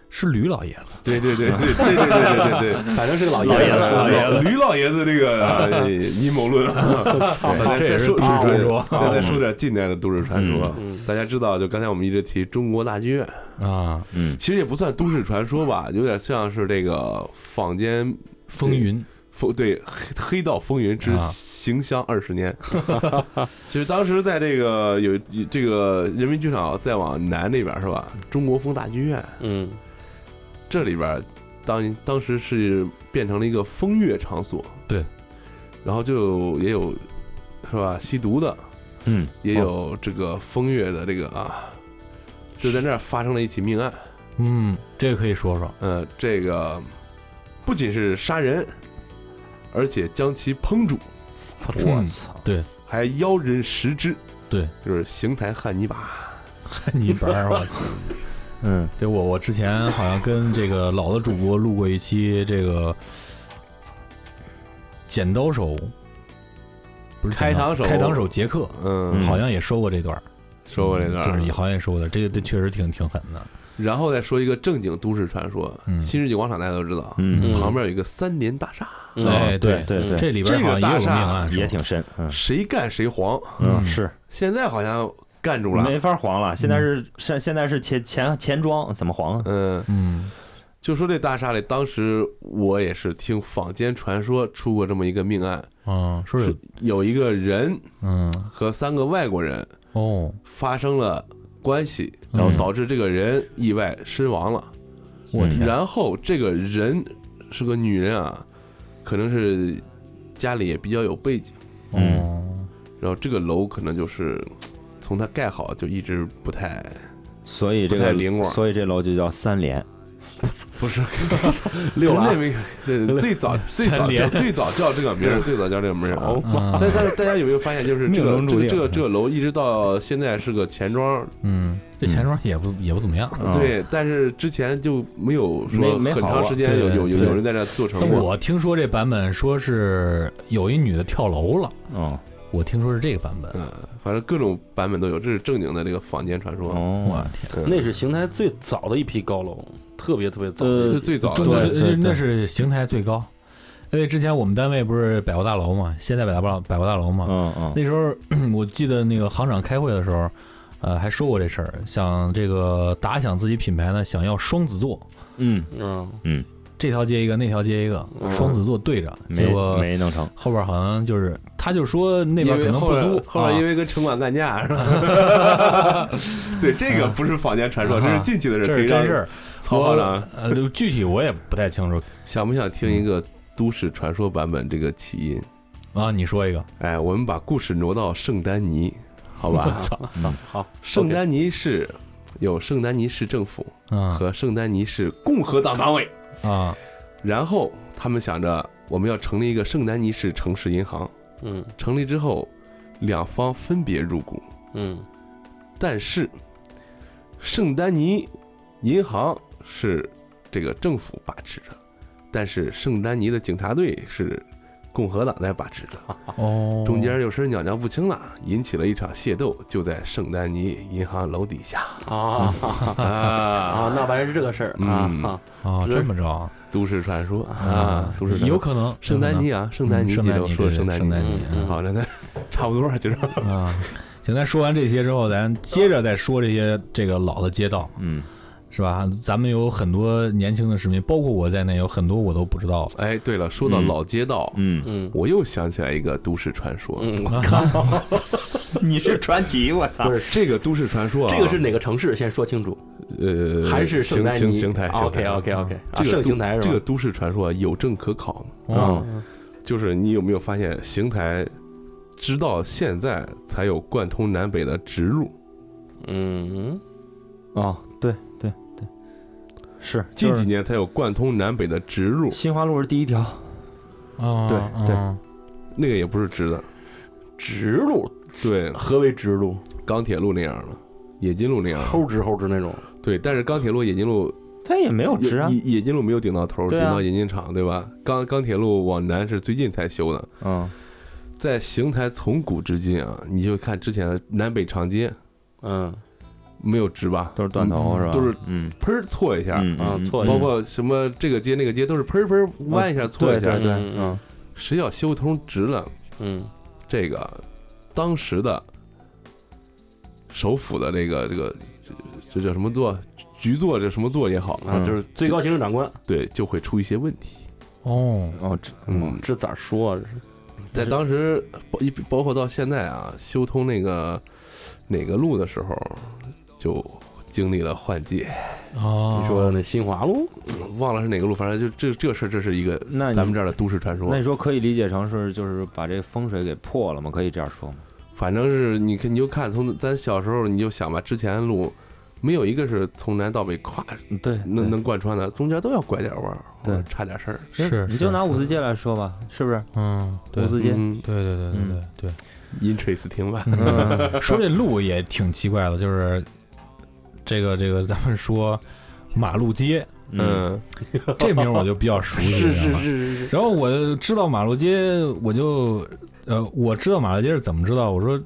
是吕老爷子，对对对对对对对对对。反正是个老老爷爷子子啊老爷子吕老爷子这个啊阴谋论啊，对这也是说都市说传说再再说点近代的都市传说嗯嗯。大家知道，就刚才我们一直提中国大剧院，啊，嗯，其实也不算都市传说吧，有点像是这个坊间风云风对黑黑道风云之啊行香二 十年。 其实当时在这个有有这个人民剧场再往南那边是吧？中国风大剧院嗯这里边当当时是变成了一个风月场所，对，然后就也有是吧吸毒的，嗯，也哦有这个风月的这个啊，就在那儿发生了一起命案。嗯，这个可以说说，呃，这个不仅是杀人，而且将其烹煮，嗯我操，还妖人食之。对，就是邢台汉尼拔。 你本儿 我嗯，对我我之前好像跟这个老的主播录过一期这个剪刀手，不是剪刀开膛手开膛手杰克，嗯，好像也说过这段儿，说过这段就是也儿，好像也说过的，这个这确实挺挺狠的，然后再说一个正经都市传说，嗯新世纪广场大家都知道，嗯，旁边有一个三联大厦，嗯哎对对对对，这里边好像也有个命案，也挺深，嗯谁干谁黄。嗯嗯是，嗯现在好像干住了没，法黄了，现在是现现在是钱钱钱庄，怎么黄啊？嗯，嗯就说这大厦里，当时我也是听坊间传说出过这么一个命案，嗯，说是是有一个人嗯和三个外国人哦，发生了关系，嗯然后导致这个人意外身亡了。我嗯天，然后这个人是个女人啊，可能是家里也比较有背景，嗯哦然后这个楼可能就是嗯从它盖好就一直不 太所以这不太个灵光所以这楼就叫三联，不是六人类啊了，没 对最早最三早叫连最早叫这个名儿，最早叫这个名儿啊。啊但是大家大家有没有发现，就是这命个中这注个定啊这个这个楼一直到现在是个钱庄，嗯，这钱庄也不也不怎么样。啊嗯对，但是之前就没有说没没很好啊长过时间有对有有对有人在这做成但过。我听说这版本说是有一女的跳楼了，嗯我听说是这个版本。嗯，反正各种版本都有，这是正经的这个坊间传说。我哦，天，嗯那是邢台最早的一批高楼，特别特别早。呃是最早中国的对对对那是邢台最高，因为之前我们单位不是百货大楼嘛，现在百大百百货大楼嘛，嗯嗯，那时候 我记得那个行长开会的时候，呃，还说过这事儿，想这个打响自己品牌呢，想要双子座，嗯，嗯，这条街一个，那条街一个，嗯双子座对着，结没果没弄成，后边好像就是他就说那因边为可能后不来租，啊后来因为为跟城管 干架，是吧？ 对，这个不是坊间传说，啊这是近期的事，这可以是真让事儿，曹我行长呃，具体我也不太清楚想不想听一个都市传说版本这个起因？啊，你说一个，哎，我们把故事挪到圣丹尼，好我吧？操，好，圣丹尼市有圣丹尼市政府嗯和圣丹尼市共和党党委，啊，然后他们想着我们要成立一个圣丹尼市城市银行，嗯成立之后，两方分别入股。嗯但是圣丹尼银行是这个政府把持着，但是圣丹尼的警察队是共和党在把持着，哦，中间有事鸟鸟不清了，引起了一场械斗，就在圣丹尼银行楼底下啊啊。啊，那完全是这个事儿嗯啊。啊，是这么着啊 都市传说啊，都市传说有可能圣丹尼啊，圣丹尼，圣记丹得尼我说对圣丹圣丹尼。尼嗯好，那 那差不多了，就是有可能啊。行，咱说完这些之后，咱接着再说这些这个老的街道，嗯是吧？咱们有很多年轻的市民，包括我在内，有很多我都不知道。哎，对了，说到嗯老街道，嗯，嗯我又想起来一个都市传说，嗯， 啊你是传奇，我操不是这个都市传说啊，这个是哪个城市？先说清楚，呃，还是圣丹邢尼邢台？OK OK OK，啊嗯这个圣都邢台是吧？嗯这个都市传说啊有证可考，哦，就是你有没有发现邢台，直到现在才有贯通南北的直路，嗯哦，对对对，是近就几是年才有贯通南北的直路，新华路是第一条，哦对对哦那个也不是直的，直路，对，何为直路？钢铁路那样的，冶金路那样的，齁直齁直那种。对，但是钢铁路、冶金路，它也没有直啊冶，冶金路没有顶到头，对顶啊到冶金厂，对吧？钢钢铁路往南是最近才修的，嗯在邢台从古至今啊，你就看之前的南北长街。嗯没有直吧，都是断头是吧？都是嗯喷儿搓一下，嗯啊嗯嗯错包括什么这个街那个街都是喷儿喷儿弯一下搓一下，对对嗯嗯谁要修通直了，嗯这个当时的首府的这个这个这这叫什么座局座这什么座也好啊，嗯啊，就是最高行政长官，对，就会出一些问题。哦，哦这嗯，这咋说啊？这是在当时包一包括到现在啊，修通那个哪个路的时候，就经历了换届，哦，你说那新华路，忘了是哪个路，反正就这这事儿，这是一个那你咱们这儿的都市传说那。你说可以理解成是就是把这风水给破了吗？可以这样说吗？反正是你看，你就看从咱小时候你就想吧，之前的路没有一个是从南到北跨嗯对，能对能贯穿的，中间都要拐点弯儿，对或者差点事儿。是你就拿五字字街来说吧，是不是？嗯，对五字街，嗯对对对对对对。 ，interest 挺晚。嗯，说这路也挺奇怪的，就是这个这个，咱们说马路街嗯，这名儿我就比较熟悉， 是你知是道啊吧是是是， 然后我知道马路街，我就呃，我知道马路街是怎么知道，我说。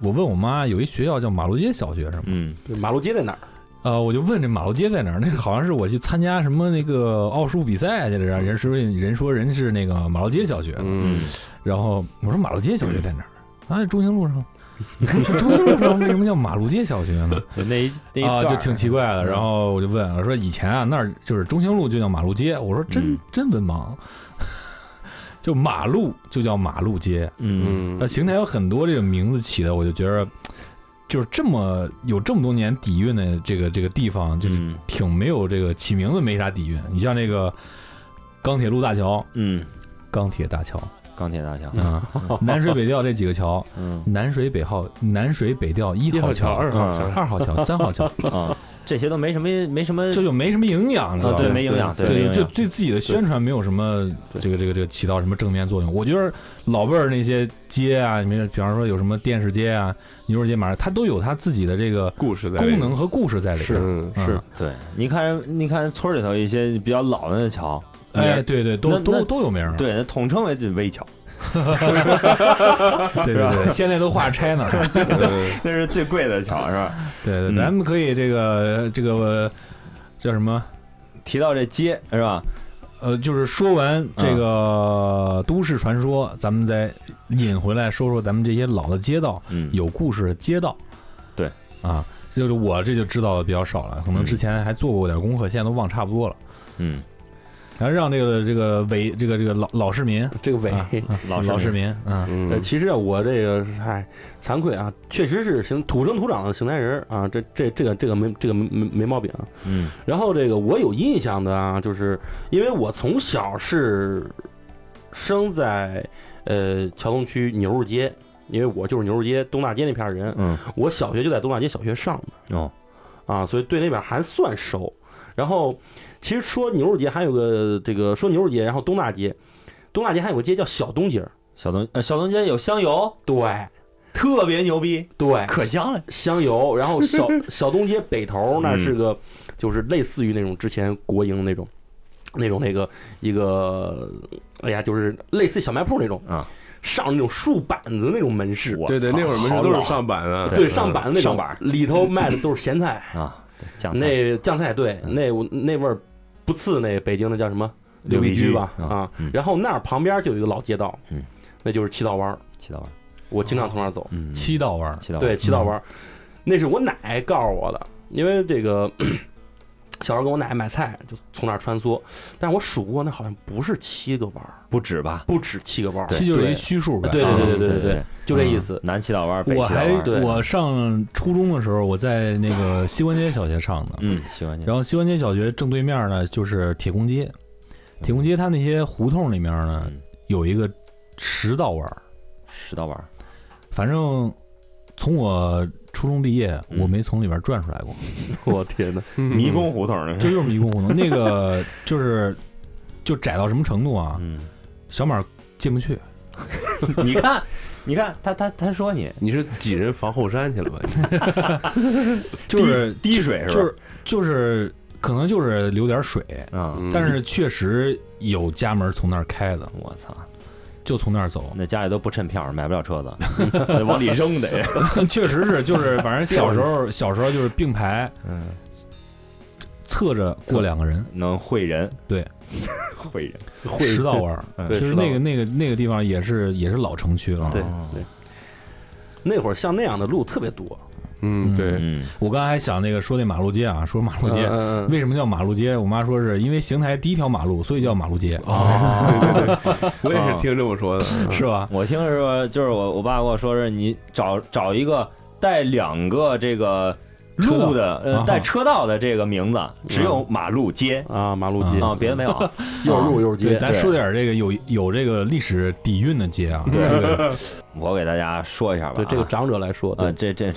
我问我妈有一学校叫马路街小学是吗？嗯对马路街在哪儿？呃，我就问这马路街在哪儿？那个好像是我去参加什么那个奥数比赛去了，然后人说人说人是那个马路街小学，嗯，然后我说马路街小学在哪儿？啊，在中兴路上。 中兴路上为什么叫马路街小学呢？那一那啊，段就儿嗯挺奇怪的。然后我就问我说，以前啊那儿就是中兴路就叫马路街，我说真、嗯真文盲， 就马路就叫马路街。嗯嗯那邢台有很多这种名字起的，我就觉得就是这么有这么多年底蕴的这个这个地方，就是嗯挺没有这个起名字没啥底蕴。你像那个钢铁路大桥、嗯钢铁大桥钢铁大桥啊、 南水北调这几个桥，嗯南水北号南水北调一一号号桥、二号桥，二号桥、三号 桥，啊这些都没什么没什么这就没什么营养，你知道啊吧？对没营养对对没对，营就养对自己的宣传没有什么对这个这个这个起到什么正面作用。我觉得老辈儿那些街啊，你们比方说有什么电视街啊、牛肉街、马上它都有它自己的这个故事在里功面能和故事在里边。嗯嗯是，对，你看你看村儿里头一些比较老的那桥，哎，对对，那都那都都有名儿，对，那统称为这危桥， 啊对对对，现在都画 China，嗯那是最贵的桥是吧？对对，嗯咱们可以这个这个叫什么？提到这街是吧？呃，就是说完嗯这个都市传说，咱们再引回来说说咱们这些老的街道嗯有故事的街道。对，啊，就是我这就知道的比较少了，可能之前还做过点功课，现在都忘差不多了。嗯，然后让这个这个伪这个这个老老市民，这个尾。啊啊老市民老市民啊，呃，嗯，其实啊，我这个哎，惭愧啊，确实是邢土生土长的邢台人儿啊，这这这个这个没这个没没没毛病啊。嗯然后这个我有印象的啊，就是因为我从小是生在呃桥东区牛肉街，因为我就是牛肉街东大街那片儿人，嗯我小学就在东大街小学上的哦啊，所以对那边还算熟。然后其实说牛肉街还有个这个说牛肉街，然后东大街，东大街还有个街叫小东街儿，小东呃小东街有香油，对特别牛逼，对，可香了。香油，然后 小小东街北头那嗯是个，就是类似于那种之前国营那种，那种那个一个，哎呀，就是类似小卖铺那种啊，上那种竖板子那种门市，我对对，操那会儿门好市都老是上板啊，对，嗯上板的那上种板，里头卖的都是咸菜，啊，对酱菜那酱菜对，嗯那那味儿不次那北京的叫什么六必必居居吧啊啊嗯，然后那儿旁边就有一个老街道嗯，那就是七道湾儿，七道湾，我经常从那儿走。嗯，七道湾儿，七道对，湾七道湾儿，那是我奶告诉我的，因为这个 小时候跟我奶买菜就从那儿穿梭，但是我数过，那好像不是七个弯儿，不止吧？不止七个弯儿，七就是一对虚数呗。对啊对对对对对对，就这意思。南七道湾，北我七道还湾，对我上初中的时候，我在那个西关街小学上的，嗯，喜欢你。然后西关街小学正对面呢就是铁公街，铁公街它那些胡同里面呢嗯有一个食道弯儿，十道弯，反正从我初中毕业，嗯我没从里边转出来过，我天哪！嗯迷宫胡同那这就是迷宫胡同。那个 就是就窄到什么程度啊？嗯，小马进不去，你看，你看他他他说你你是挤人防后山去了吧？就是滴水是吧？就是就是可能就是流点水，啊，嗯但是确实有家门从那儿开的。我操，。就从那儿走那家里都不趁票，买不了车子，得往里扔得。 确实是，就是反正小时候小时候就是并排嗯，侧着过两个人，能会人，对， 会人。会十道弯儿。对其实石道那个那个那个地方也是也是老城区了。啊对对，那会儿像那样的路特别多，嗯，对，嗯，我刚才还想那个说那马路街啊，说马路街。嗯为什么叫马路街？我妈说是因为邢台第一条马路，所以叫马路街，哦啊我也是听这么说的。是吧？我听说就是我我爸跟我说是你找找一个带两个这个路的车道呃啊带车道的这个名字，只有马路街啊，马路街啊，别的没有。又是路又是对，街，咱说点这个有有这个历史底蕴的街啊，这个我给大家说一下吧啊。对这个长者来说，呃，这这，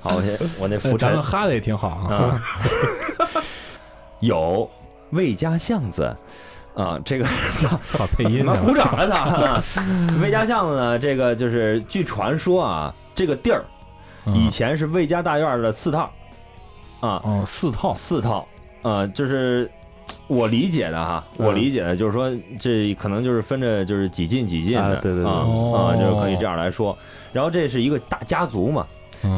好，我先我那浮咱沉们哈的也挺好啊。啊，有魏家巷子啊，这个 操，操，配音你呢们鼓掌了操！ 魏家巷子呢，这个就是据传说啊，这个地儿嗯以前是魏家大院的四套啊，哦，四套四套，呃，就是。我理解的哈，嗯我理解的就是说，这可能就是分着就是几进几进的，啊对对对啊哦啊，就是可以这样来说。然后这是一个大家族嘛，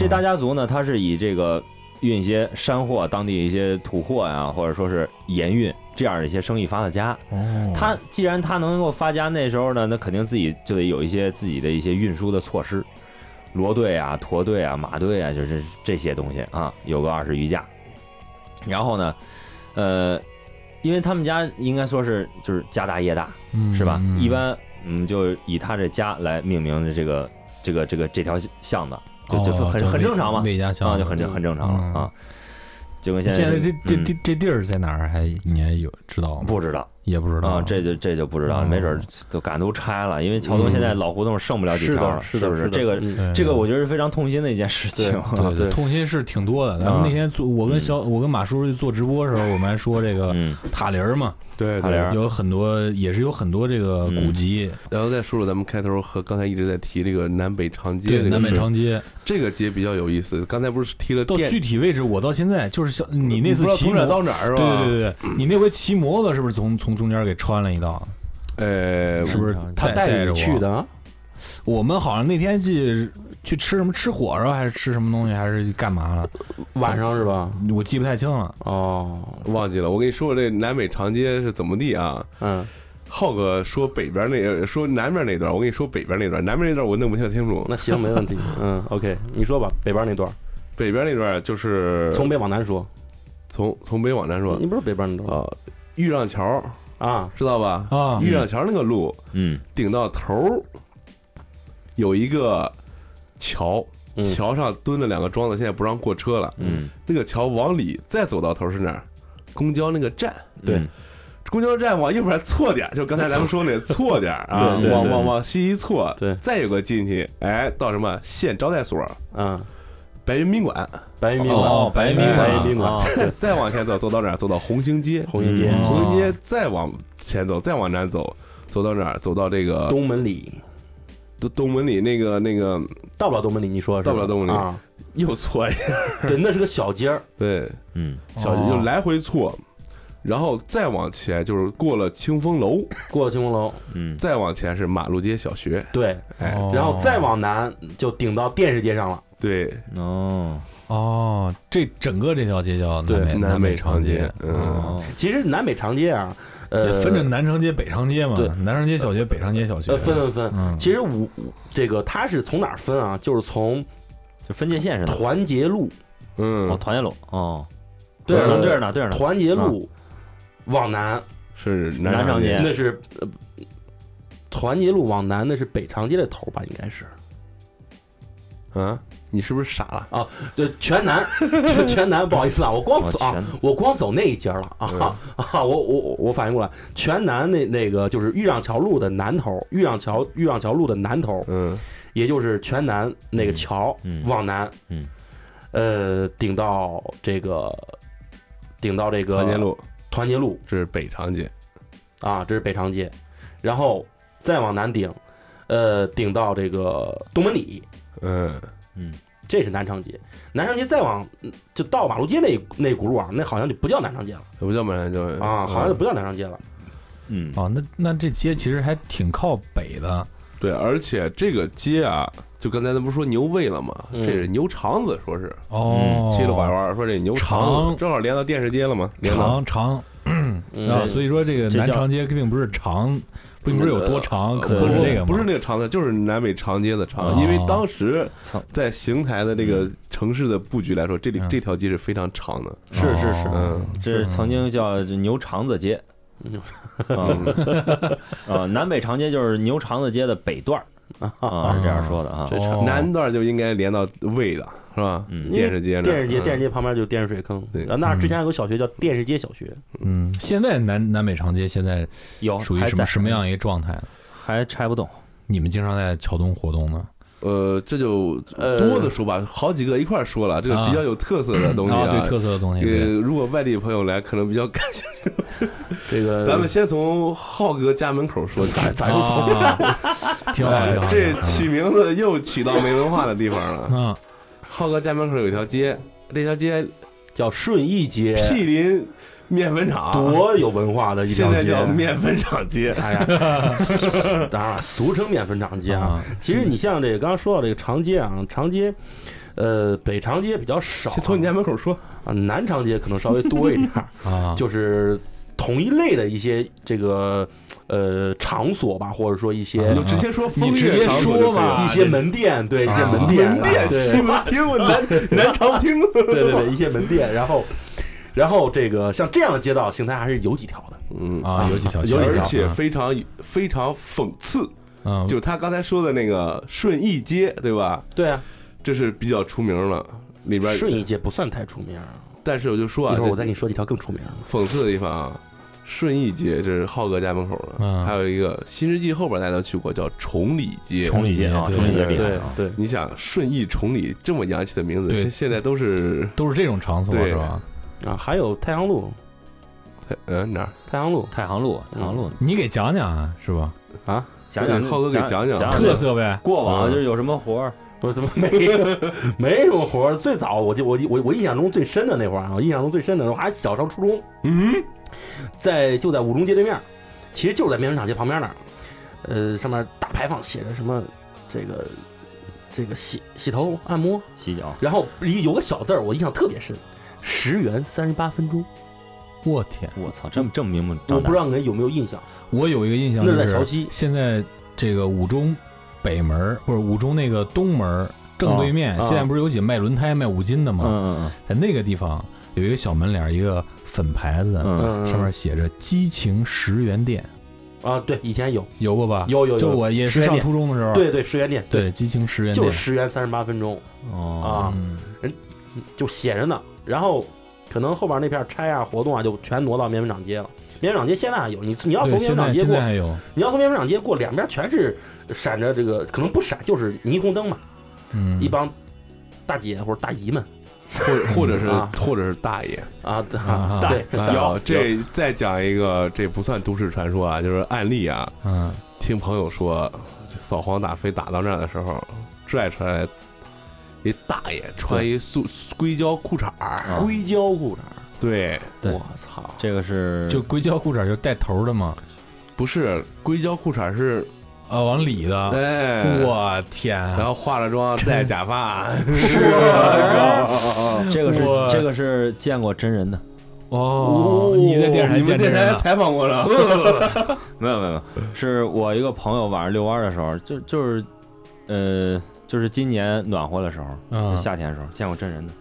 这大家族呢，它是以这个运一些山货、当地一些土货呀、或者说是盐运这样的一些生意发的家。哦，他既然他能够发家，那时候呢，那肯定自己就得有一些自己的一些运输的措施，骡队啊、驼队啊、马队啊，就是这些东西啊，有个二十余架。然后呢，呃，因为他们家应该说是就是家大业大，嗯是吧？嗯一般嗯，就以他这家来命名的这个这个这个这条巷子，就就哦很叫很魏正常嘛，魏家啊，巷就很正嗯很正常了啊。就跟现现在在是这这嗯地这地儿在哪儿？还你还有知道吗？不知道也不知道啊，这就这就不知道，嗯没准儿都赶都拆了，因为桥东现在老胡同剩不了几是条的，了，是的，不是是？的这个嗯对这个我觉得是非常痛心的一件事情啊。对对痛心事挺多的。咱们啊那天做，我跟嗯小我跟马叔去做直播的时候，我们还说这个 嗯，塔林儿嘛，对塔林对儿，有很多也是有很多这个古籍，然后再说说咱们开头和刚才一直在提这个南北长街这对个南北事儿，长街。这个街比较有意思。刚才不是提了到电，具体位置，我到现在就是像你那次不知道骑从哪摩儿到哪儿是对吧？对对对，你那回骑摩托是不是从从中间给穿了一道？呃，是不是嗯他带着带你我去？的啊，我们好像那天去去吃什么吃火烧还是吃什么东西还是干嘛了？晚上是吧？我记不太清了。哦，忘记了。我跟你说说这南北长街是怎么地啊？嗯，浩哥说北边那说南边那段，我跟你说北边那段，南边那段我弄不太清楚。那行没问题，嗯，OK，你说吧，北边那段儿，北边那段就是从北往南说，从从北往南说嗯你不是北边那段啊，豫让桥儿啊？知道吧？啊，豫让桥那个路嗯顶到头儿有一个桥，嗯桥上蹲了两个桩子，现在不让过车了。嗯，那个桥往里再走到头是哪儿？公交那个站，对嗯公交站往右边错点儿，就刚才咱们说那错点儿啊，对对往对往往西一错，对再有个进去，哎，到什么县招待所、嗯，白云宾馆，白云宾馆，哦白云宾馆白云宾馆，啊再 再往前走，走到哪儿？走到红星街，红星街哦嗯红星街再往前走，再往南走，走到哪儿？走到这个东门里，东东门里那个那个到不了东门里，你说是吧到不了东门里啊？又错一下，对，那是个小街儿，对，嗯小哦就来回错，然后再往前就是过了清风楼，过了清风楼，嗯再往前是马路街小学，对，哎，哦然后再往南就顶到电视街上了，对，哦哦，这整个这条街叫南对北南北北长长街嗯哦哦其实南北长街啊，呃，分着南长街、北长街嘛，对南长街小学、北长街小学呃，分分分。嗯，其实我这个它是从哪儿分啊？就是从就分界线似的。团结路，哦，嗯，团结路哦，对对着呢，对嗯对着呢，对着呢。团结路往南，是南南长长街街，那是呃团结路往南，那是北长街的头吧？应该是啊，你是不是傻了？对，全南，全全南，不好意思啊，我光哦走啊全，我光走那一截儿了啊啊！ 我我我我反应过来，全南那那个就是豫让桥路的南头，豫让桥豫让桥路的南头，嗯，也就是全南那个桥、嗯嗯往南，嗯，呃，顶到这个顶到这个团结路团结路这是北长街，啊，这是北长街，然后再往南顶，呃，顶到这个东门里，嗯，嗯这是南长街。南长街再往嗯就到马路街那一那一轱辘啊，那好像就不叫南长街了要不叫马上就嗯啊，好像就不叫南长街了。嗯，哦，那那这街其实还挺靠北的，对，而且这个街啊，就刚才咱不是说牛胃了吗？嗯这是牛肠子，说是哦，嗯七了拐弯儿说这牛肠子肠正好连到电视街了嘛，连到长长嗯啊，所以说这个这南叫呃长街并不是长，并不是有多长，可能对是这个嘛不是那个长子，就是南北长街的长，哦因为当时操在邢台的这个城市的布局来说，这里嗯这条街是非常长的。是是是哦嗯这是曾经叫牛肠子街嗯啊 啊，南北长街就是牛肠子街的北段儿啊，是这样说的啊这。是哦南段就应该连到魏的是吧？嗯电视街那儿，电视街，电视视街旁边就是电视水坑。对然后那儿之前有个小学叫电视街小学，嗯，现在南南北长街现在哦有属于还什么在什么样一个状态呢？还拆不动，你们经常在桥东活动呢？呃，这就呃多的说吧，好几个一块儿说了，这个比较有特色 的东西啊，对啊。特色的东西，呃对，，如果外地朋友来，可能比较感兴趣。这呃个咱们先从浩哥家门口说起，咱就从挺好，哎挺好，这挺好起名字又起到没文化的地方了。 嗯，浩哥家门口有一条街，这条街叫顺义街， 毗邻面粉厂，多有文化的一条啊现街。啊在叫面粉厂 街。哎呀，当然了俗称面粉厂街啊。啊其实你像这个刚刚说到这个长街啊，长街，呃，北长街比较少啊，先从你家门口说，啊，南长街可能稍微多一点儿，啊，就是同一类的一些这个呃场所吧，或者说一些你啊就直接说你风 直月接场所就可以说了。啊嘛，一些门店，对，一些啊门店，门店对西 门町，南南长厅。对对对，一些门店，然后。然后这个像这样的街道，邢台还是有几条的。嗯啊，有几条有街，几而条且非常非常讽刺，嗯，就是他刚才说的那个顺义街，对吧？对啊，这是比较出名了，里边。顺义街不算太出名儿，但是我就说啊，一会儿这我再给你说几条更出名儿的。讽刺的地方啊，顺义街这是浩哥家门口了，嗯还有一个新世纪后边大家都去过，叫崇礼街。崇礼街啊，对崇礼街厉害对啊。对，你想顺义崇礼这么洋气的名字，对现现在都是都是这种场所对是吧？啊，还有太阳路，呃哪儿？太阳路，太行路，太行路，你给讲讲啊，是吧？讲讲浩哥给讲讲讲啊特色呗，过往就是有什么活儿，我怎么 没没什么活儿？最早我就我我我印象中最深的那会儿啊，我印象中最深的，我还小上初中，嗯，在就在五中街对面儿，其实就是在面粉厂街旁边那儿，呃，上面大牌坊写着什么这个这个洗洗头按摩，洗脚然后一有个小字儿我印象特别深，十元三十八分钟，我天，我操，这么这么明目我张不胆知，道你有没有印象？我有一个印象那就是在是桥西，现在这个五中北门儿不是五中那个东门儿正对面，啊啊现在不是有几个卖轮胎、卖五金的吗？嗯在那个地方有一个小门脸儿，一个粉牌子，嗯嗯，嗯，上面写着“激情十元店啊，对，以前有”，有过吧？有有就有，我也是十元上店初中的时候，对对，十元店，对，激情十元就店是十元三十八分钟。哦，啊嗯就写着呢。然后可能后边那片拆啊、活动啊，就全挪到棉粉厂街了。棉粉厂街现在还有，你你要从对，现棉粉厂在街现过在，还有，你要从棉粉厂街过，两边全是闪着这个，可能不闪就是霓虹灯嘛，嗯，一帮大姐或者大姨们或者或者是啊或者是大爷。啊，啊对，哎呦有这再讲一个，这不算都市传说啊，就是案例啊。嗯，听朋友说，这扫黄打非打到那儿的时候，拽出来一大爷穿一塑硅胶裤衩儿，啊硅胶裤对，对衩，我操，这个是就硅胶裤衩就是带头的嘛，不是硅胶裤衩是啊，往里的，哎，我天啊，然后化了 妆，戴假发，这个是我这个是见过真人的，哦，你在电视台你见们真电人台了采访过了，没有没有没有，是我一个朋友晚上遛弯儿的时候，就就是呃就是今年暖和的时候，嗯夏天的时候见过真人的，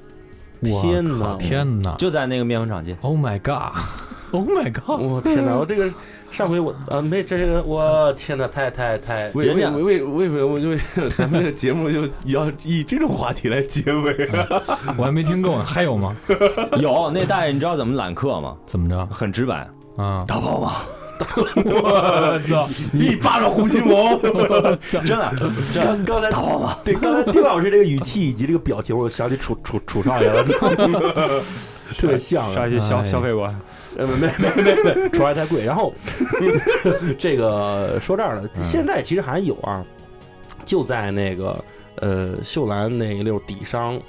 我天靠哪天哪就在那个面粉厂 街， ！Oh my god！Oh my god！我 天哪，我这个上回我啊没这个，我天哪，太太太。为人为家为为什么为咱们这个节目就要以这种话题来结尾啊？我还没听够呢，还有吗？有那大爷，你知道怎么揽客吗？ 怎么着？很直白，啊！打包吧， 我操！一巴掌洪金宝， 真的，真的刚刚才 对刚才丁老师这个语气以及这个表情，我想起楚楚楚少爷 了， 你知道吗特别像啊。去消消费过，呃，没没没没没，主要太贵。然后 这个说这儿了，现在其实还有啊，就在那个呃秀兰那一溜底商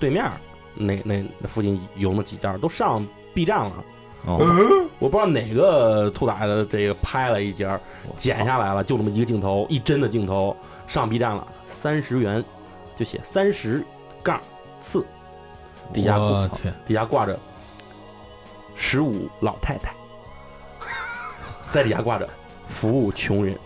对面儿那那那附近有那么几家儿都上 B 站了，啊哦，我不知道哪个兔崽子这个拍了一家，剪下来了，就这么一个镜头，一帧的镜头上 B 站了，三十元，就写三十杠次，底下我不天，底下挂着十五老太太， 在底下挂着服务穷人。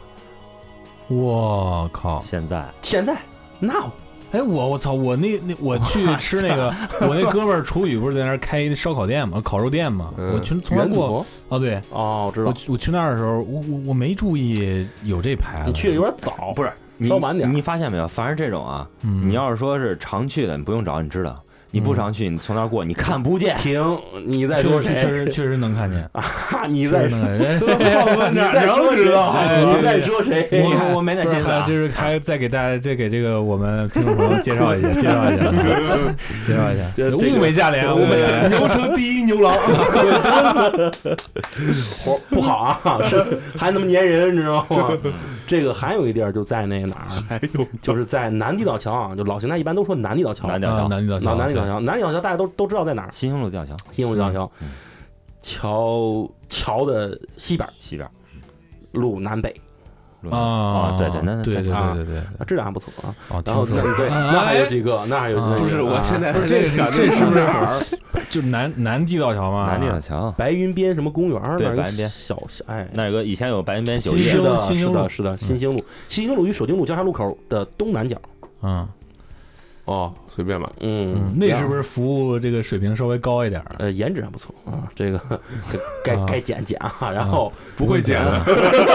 我靠！现在现在 now 哎，我我操，我那那我去吃那 个，我那哥们儿楚宇不是在那儿开一烧烤店嘛，烤肉店嘛，嗯我去从来原祖过国哦，对哦，我知道我我去那儿的时候，我我我没注意有这牌子，你去的有点早，不是你稍晚点你发现没有？凡是这种啊，嗯你要是说是常去的，你不用找，你知道；你不常去，你从那儿过，你 看不见。停，你在确说实确谁？实确实能看见，哈，哎 你确在实哎说能看见。 你在说谁？你在说谁？哎我我没那不是心思啊还就是还再给大家再给这个我们听众朋友介 绍一下，介绍一下，介绍一下这，这个物美价 廉，物美价廉。牛城第一牛郎，活不好啊，是还那么粘人，你知道吗？这个还有一地儿就在那个哪儿，还有就是在南地道桥啊，就老邢台一般都说南地道桥，南地南吊桥啊南地道桥，南地道桥，南地道桥大家都都知道在哪儿，新兴路吊桥新路道桥，嗯桥桥的西边西边路南北，路啊啊，对对，那那对对那对对对，啊质量还不错啊。哦，然后听那说对，哎那还有几个，那还有啊不是？我现在在不是这个是还在这是想不着是哪儿？就南南地道桥吗？南地吊桥白云边什么公园儿？对那儿有白云边小小哎，那有个以前有白云边酒新店兴是，的，新兴是路的，是的，新兴路，嗯新兴路与首京路交叉路口的东南角。嗯，哦，随便吧，嗯嗯，，那然是后不是服务这个水平稍微高一点儿？呃，颜值还不错啊，这个该啊该减减啊，然后不会剪的。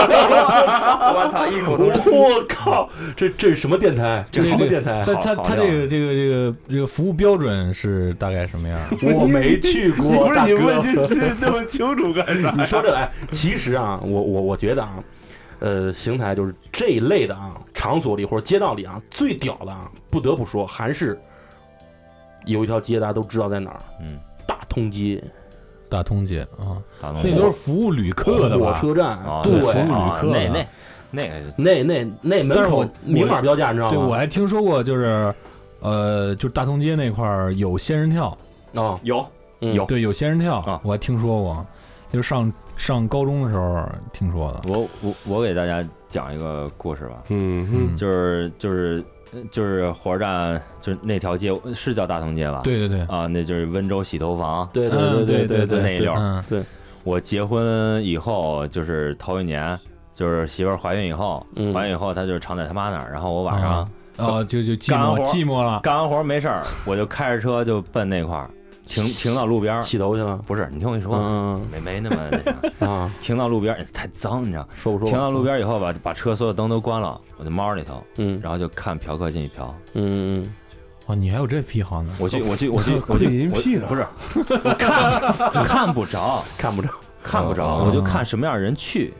啊我操，一口我靠，这这是什么电台？这是什么电台？但他好他料这个这个这个这个服务标准是大概什么样儿？我没去你过，不是大你问这哥。这那么清楚干 啥？你说这来，其实啊，我我我觉得啊，呃，邢台就是这一类的啊，场所里或者街道里啊，最屌的啊，不得不说还是有一条街大家都知道在哪儿，嗯，大通街，大通街啊，大龙那都是服务旅客的火吧？车站啊，，对，服务旅啊客那啊那那个是那那那但门是我口明码标价，你知道啊对，我吗？还听说过，就是呃，就是大通街那块儿有仙人跳，哦，有嗯有对，有仙人跳，啊我还听说过，就是上上高中的时候听说的。我我我给大家讲一个故事吧，嗯就是就是就是火车站就是那条街是叫大同街吧？对对对，啊，那就是温州洗头房。对嗯对对对对对那一溜儿嗯我结婚以后就是头一年，就是媳妇儿怀孕以后，嗯怀孕以后她就是常在她妈那儿，然后我晚上啊哦，就就寂干寞活寂寞了，干完活儿没 事儿，我就开着车就奔那块儿，停停到路边儿，洗头去了。不是你听我一说，嗯没没那么 那啥，啊，停到路边儿太脏，你知道。说不说？停到路边儿以后吧，把车所有灯都关了，我就猫里头，嗯，然后就看嫖客进去嫖。嗯嗯哦，你还有这癖好呢？哦我去，我去，我去， 我会去，淫我屁啊呢不是，我看看不着，嗯，看不着。看不着，哦我就看什么样的人去。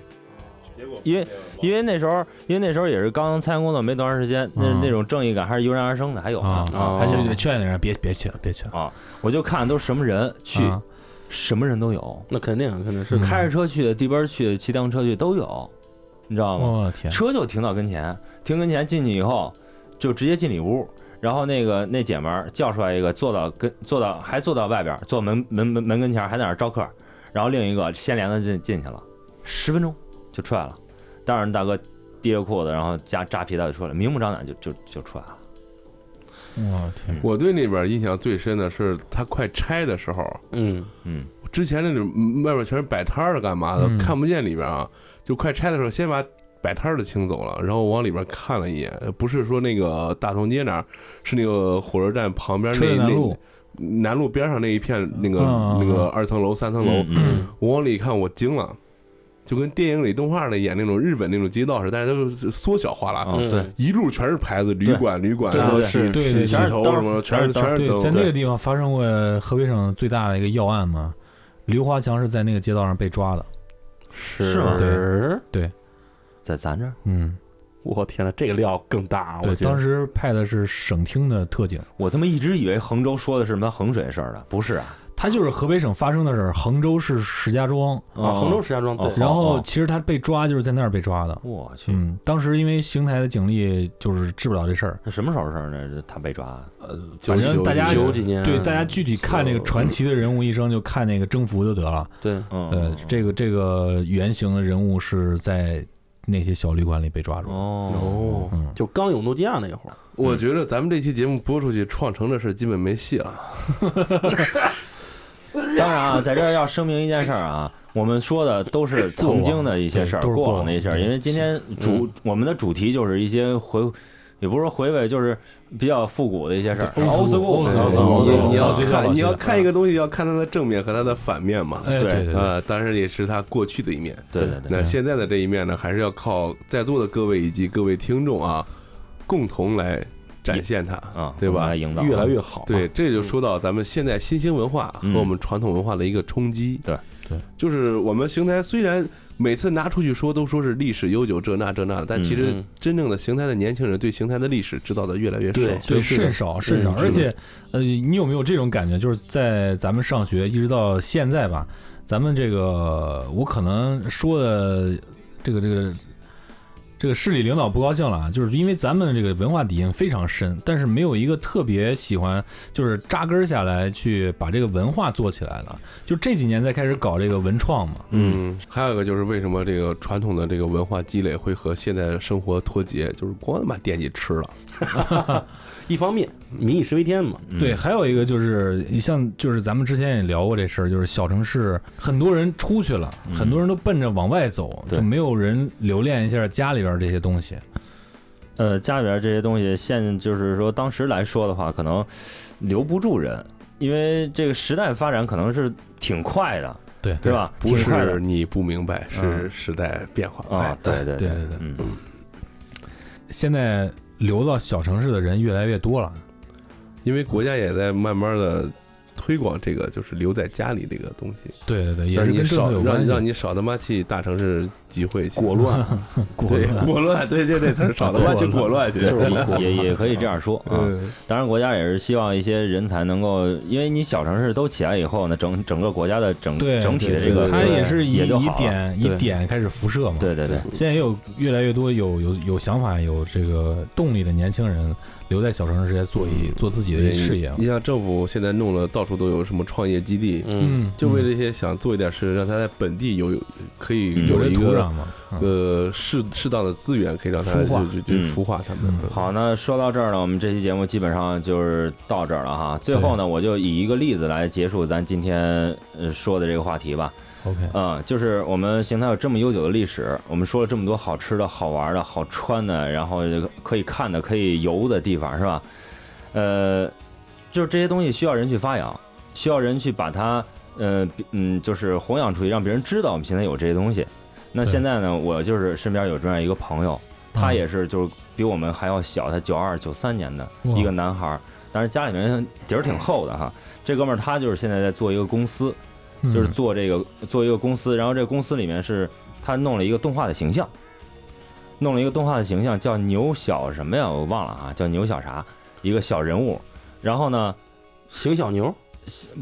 因为因为那时候，因为那时候也是刚参加工作没多长时间，那嗯那种正义感还是油然而生的，还有啊呢。啊还是得劝人，别别去了，别去了，啊，我就看都是什么人去，啊什么人都有，那肯定啊，肯定是嗯开着车去的、地边去的、骑自行车去的都有，你知道吗？我天，车就停到跟前，停跟前进去以后，就直接进里屋。然后那个那姐们儿叫出来一个，坐到跟坐到还坐到外边儿，坐门门门门跟前儿还在那儿招客儿。然后另一个先连着进进去了，十分钟就出来了。当然大哥提着裤子，然后加扎皮带就出来了，明目张胆就就就出来了。我嗯天，我对那边印象最深的是，他快拆的时候，嗯嗯，之前那种嗯外边全是摆摊儿的，干嘛的、嗯看不见里边啊。就快拆的时候，先把摆摊儿的清走了，然后往里边看了一眼，不是说那个大同街那儿，是那个火车站旁边车站那南路，那南路边上那一片那个、嗯嗯那个嗯二层楼、三层楼，嗯嗯我往里一看，我惊了。就跟电影里、动画里演那种日本那种街道似的，但是都是缩小化了，啊嗯对，一路全是牌子，旅对馆、旅馆，对什么对洗嗯对对洗洗全是头灯什么的，全是全是全是对，灯。在那个地方发生过河北省最大的一个要案嘛，刘华强是在那个街道上被抓的。是吗对在咱这儿嗯，我天呐，这个料更大啊，我对，觉得当时派的是省厅的特警，我他妈一直以为衡州说的是什么衡水事儿呢，不是啊，它就是河北省发生的事儿，杭州市石家庄。啊，哦杭州石家庄哦对，然后哦其实他被抓就是在那儿被抓的。我去，嗯，当时因为邢台的警力就是治不了这事儿，那什么时候事儿呢？他被抓，啊反正大家九几嗯年对大家具体看这个传奇的人物一生，就看那个征服就得了。对嗯，呃，这个这个原型的人物是在那些小旅馆里被抓住。哦，哦嗯，就刚有诺基亚那会儿，我觉得咱们这期节目播出去，创城这事儿基本没戏了。当然啊，在这儿要声明一件事儿啊，我们说的都是曾经的一些事儿，过往对都是过往的一些事过儿，往因为今天主我们的主题就是一些回，也不是说回味，就是比较复古的一些事儿。对 old school， old 老 old school，你 school 老老你你老要嗯最看老你要最看一个东西，要看它的正面和它的反面嘛。哎，对对对对，呃，当然也是它过去的一面。对对对，那现在的这一面呢，还是要靠在座的各位以及各位听众啊，共同来展现它啊，对吧我们来？引导越来越好。对，，这就说到咱们现在新兴文化和我们传统文化的一个冲击。对对，就是我们邢台虽然每次拿出去说都说是历史悠久这那这那的，但其实嗯真正的邢台的年轻人对邢台的历史知道的越来越少。对对，是的嗯甚少甚少，是的而且，呃，你有没有这种感觉？就是在咱们上学一直到现在吧，咱们这个我可能说的这个这个这个市里领导不高兴了啊，就是因为咱们这个文化底蕴非常深，但是没有一个特别喜欢就是扎根下来去把这个文化做起来的。就这几年才开始搞这个文创嘛，嗯，还有一个就是为什么这个传统的这个文化积累会和现在的生活脱节，就是光把惦记吃了。一方面民以食为天嘛，对，还有一个就是，你像就是咱们之前也聊过这事儿，就是小城市很多人出去了，嗯很多人都奔着往外走，对就没有人留恋一下家里边这些东西。呃，家里边这些东西，现就是说当时来说的话，可能留不住人，因为这个时代发展可能是挺快的，对对吧？不挺快的是你不明白，是嗯时代变化快啊，。对对对对对对嗯，现在流到小城市的人越来越多了，因为国家也在慢慢的推广这个，就是留在家里这个东西，对对对，也让是你跟政少策有让关系。让你少他妈去大城市集会去，果乱果对断 果乱，对这这词儿少他妈去 果果乱去，就是我们也也可以这样说啊。嗯当然，国家也是希望一些人才能够，因为你小城市都起来以后呢，整整个国家的整对整体的这对个它也是以也就以好了点以对点开始辐射嘛。，对对对，现在也有越来越多有有有想法、有这个动力的年轻人留在小城市来做一做自己的事业。啊你像政府现在弄了到处都有什么创业基地，嗯，嗯，就为这些想做一点事，让他在本地有可以嗯有有这一土壤个嘛。嗯呃适适当的资源，可以让他孵化就就就嗯孵化他们。嗯嗯好，那说到这儿呢，我们这期节目基本上就是到这儿了哈。最后呢，我就以一个例子来结束咱今天呃说的这个话题吧。 OK，嗯，就是我们邢台有这么悠久的历史，我们说了这么多好吃的、好玩的、好穿的，然后可以看的、可以游的地方，是吧？呃，就是这些东西需要人去发扬，需要人去把它，呃，嗯，就是弘扬出去，让别人知道我们邢台有这些东西。那对现在呢，我就是身边有这样一个朋友，他也是就是比我们还要小，他九二九三年的哇一个男孩儿，但是家里面底儿挺厚的哈。这哥们儿他就是现在在做一个公司，就是嗯做这个做一个公司，然后这个公司里面是他弄了一个动画的形象，弄了一个动画的形象叫牛小什么呀，我忘了啊，叫牛小啥，一个小人物。然后呢，邢小牛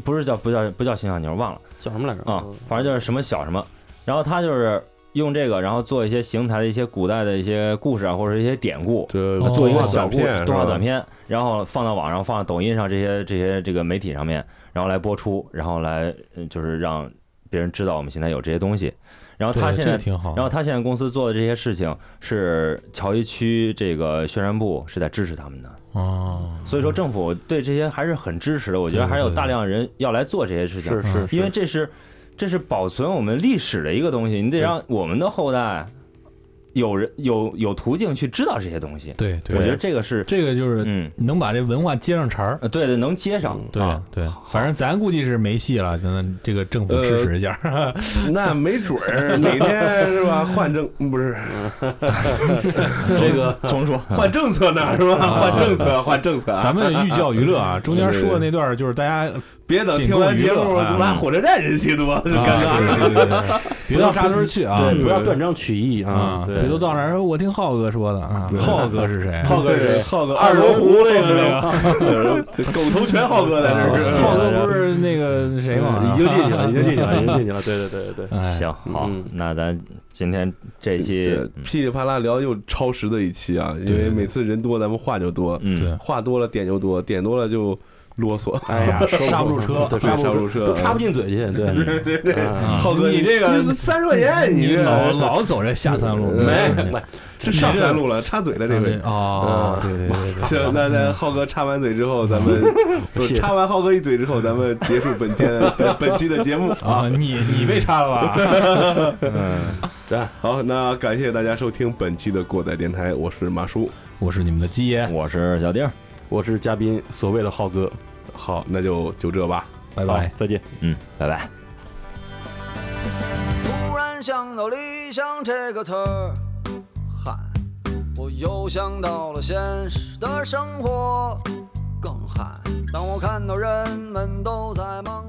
不是叫不叫不叫邢小牛，忘了叫什么来着？呃啊，反正就是什么小什么。然后他就是用这个，然后做一些邢台的一些古代的一些故事啊，或者一些典故，这哦做一个动画小小故事片，动画是吧短片，然后放到网上，放到抖音上这些这些这个媒体上面，然后来播出，然后来呃就是让别人知道我们现在有这些东西。然后对他现这在个，挺好。然后他现在公司做的这些事情是桥一区这个宣传部是在支持他们的，哦，所以说政府对这些还是很支持的。我觉得还是有大量人要来做这些事情，嗯是是，是因为这是这是保存我们历史的一个东西，你得让我们的后代有人有有途径去知道这些东西。对我对，觉得这个是，这个就是嗯，能把这文化接上茬儿。呃对对，能接上，对啊对，反正咱估计是没戏了，那这个政府支持一下。那没准儿哪天是吧？换政 不是这个重说，换政策呢是吧？啊换政策，换政策啊！咱们寓教于乐啊，中间说的那段就是大家别等听完节目，仅供娱乐他妈嗯火车站人气多，就尴啊尬。尬，别到扎堆去啊。对，不要对断章取义啊啊，！对别都到那儿说，我听浩哥说的啊。浩哥是谁？浩哥是浩哥二楼龙湖那个狗头拳浩哥在这啊儿是浩哥不是那个谁经进去嗯了，已经进去了，已经进去了。对对对对对，哎，行，好嗯，那咱今天这期，对嗯噼里啪啦聊又超时的一期啊，因对为对对每次人多，咱们话就多，对嗯，话多了点就多，点多了就啰嗦。哎呀，刹 不住车对，对刹刹不不住住车嗯都插不进嘴去。对对对对，啊浩哥，你这个是三十块钱，你哎你这老老走这下三路，呃没没这上三路了，插嘴了这回。哦，对对 对行，啊那那浩哥插完嘴之后，咱们不是是插完浩哥一嘴之后，咱们结束本天的本本期的节目。 啊，你你被插了吧？好，那感谢大家收听本期的过载电台，我是马叔。 我是你们的鸡爷，我是小丁儿，我是嘉宾，所谓的浩哥，好，那就就这吧。拜好拜。，再见。嗯，拜拜。突然想到“理想”这个词儿，嗨，我又想到了现实的生活，更嗨。当我看到人们都在忙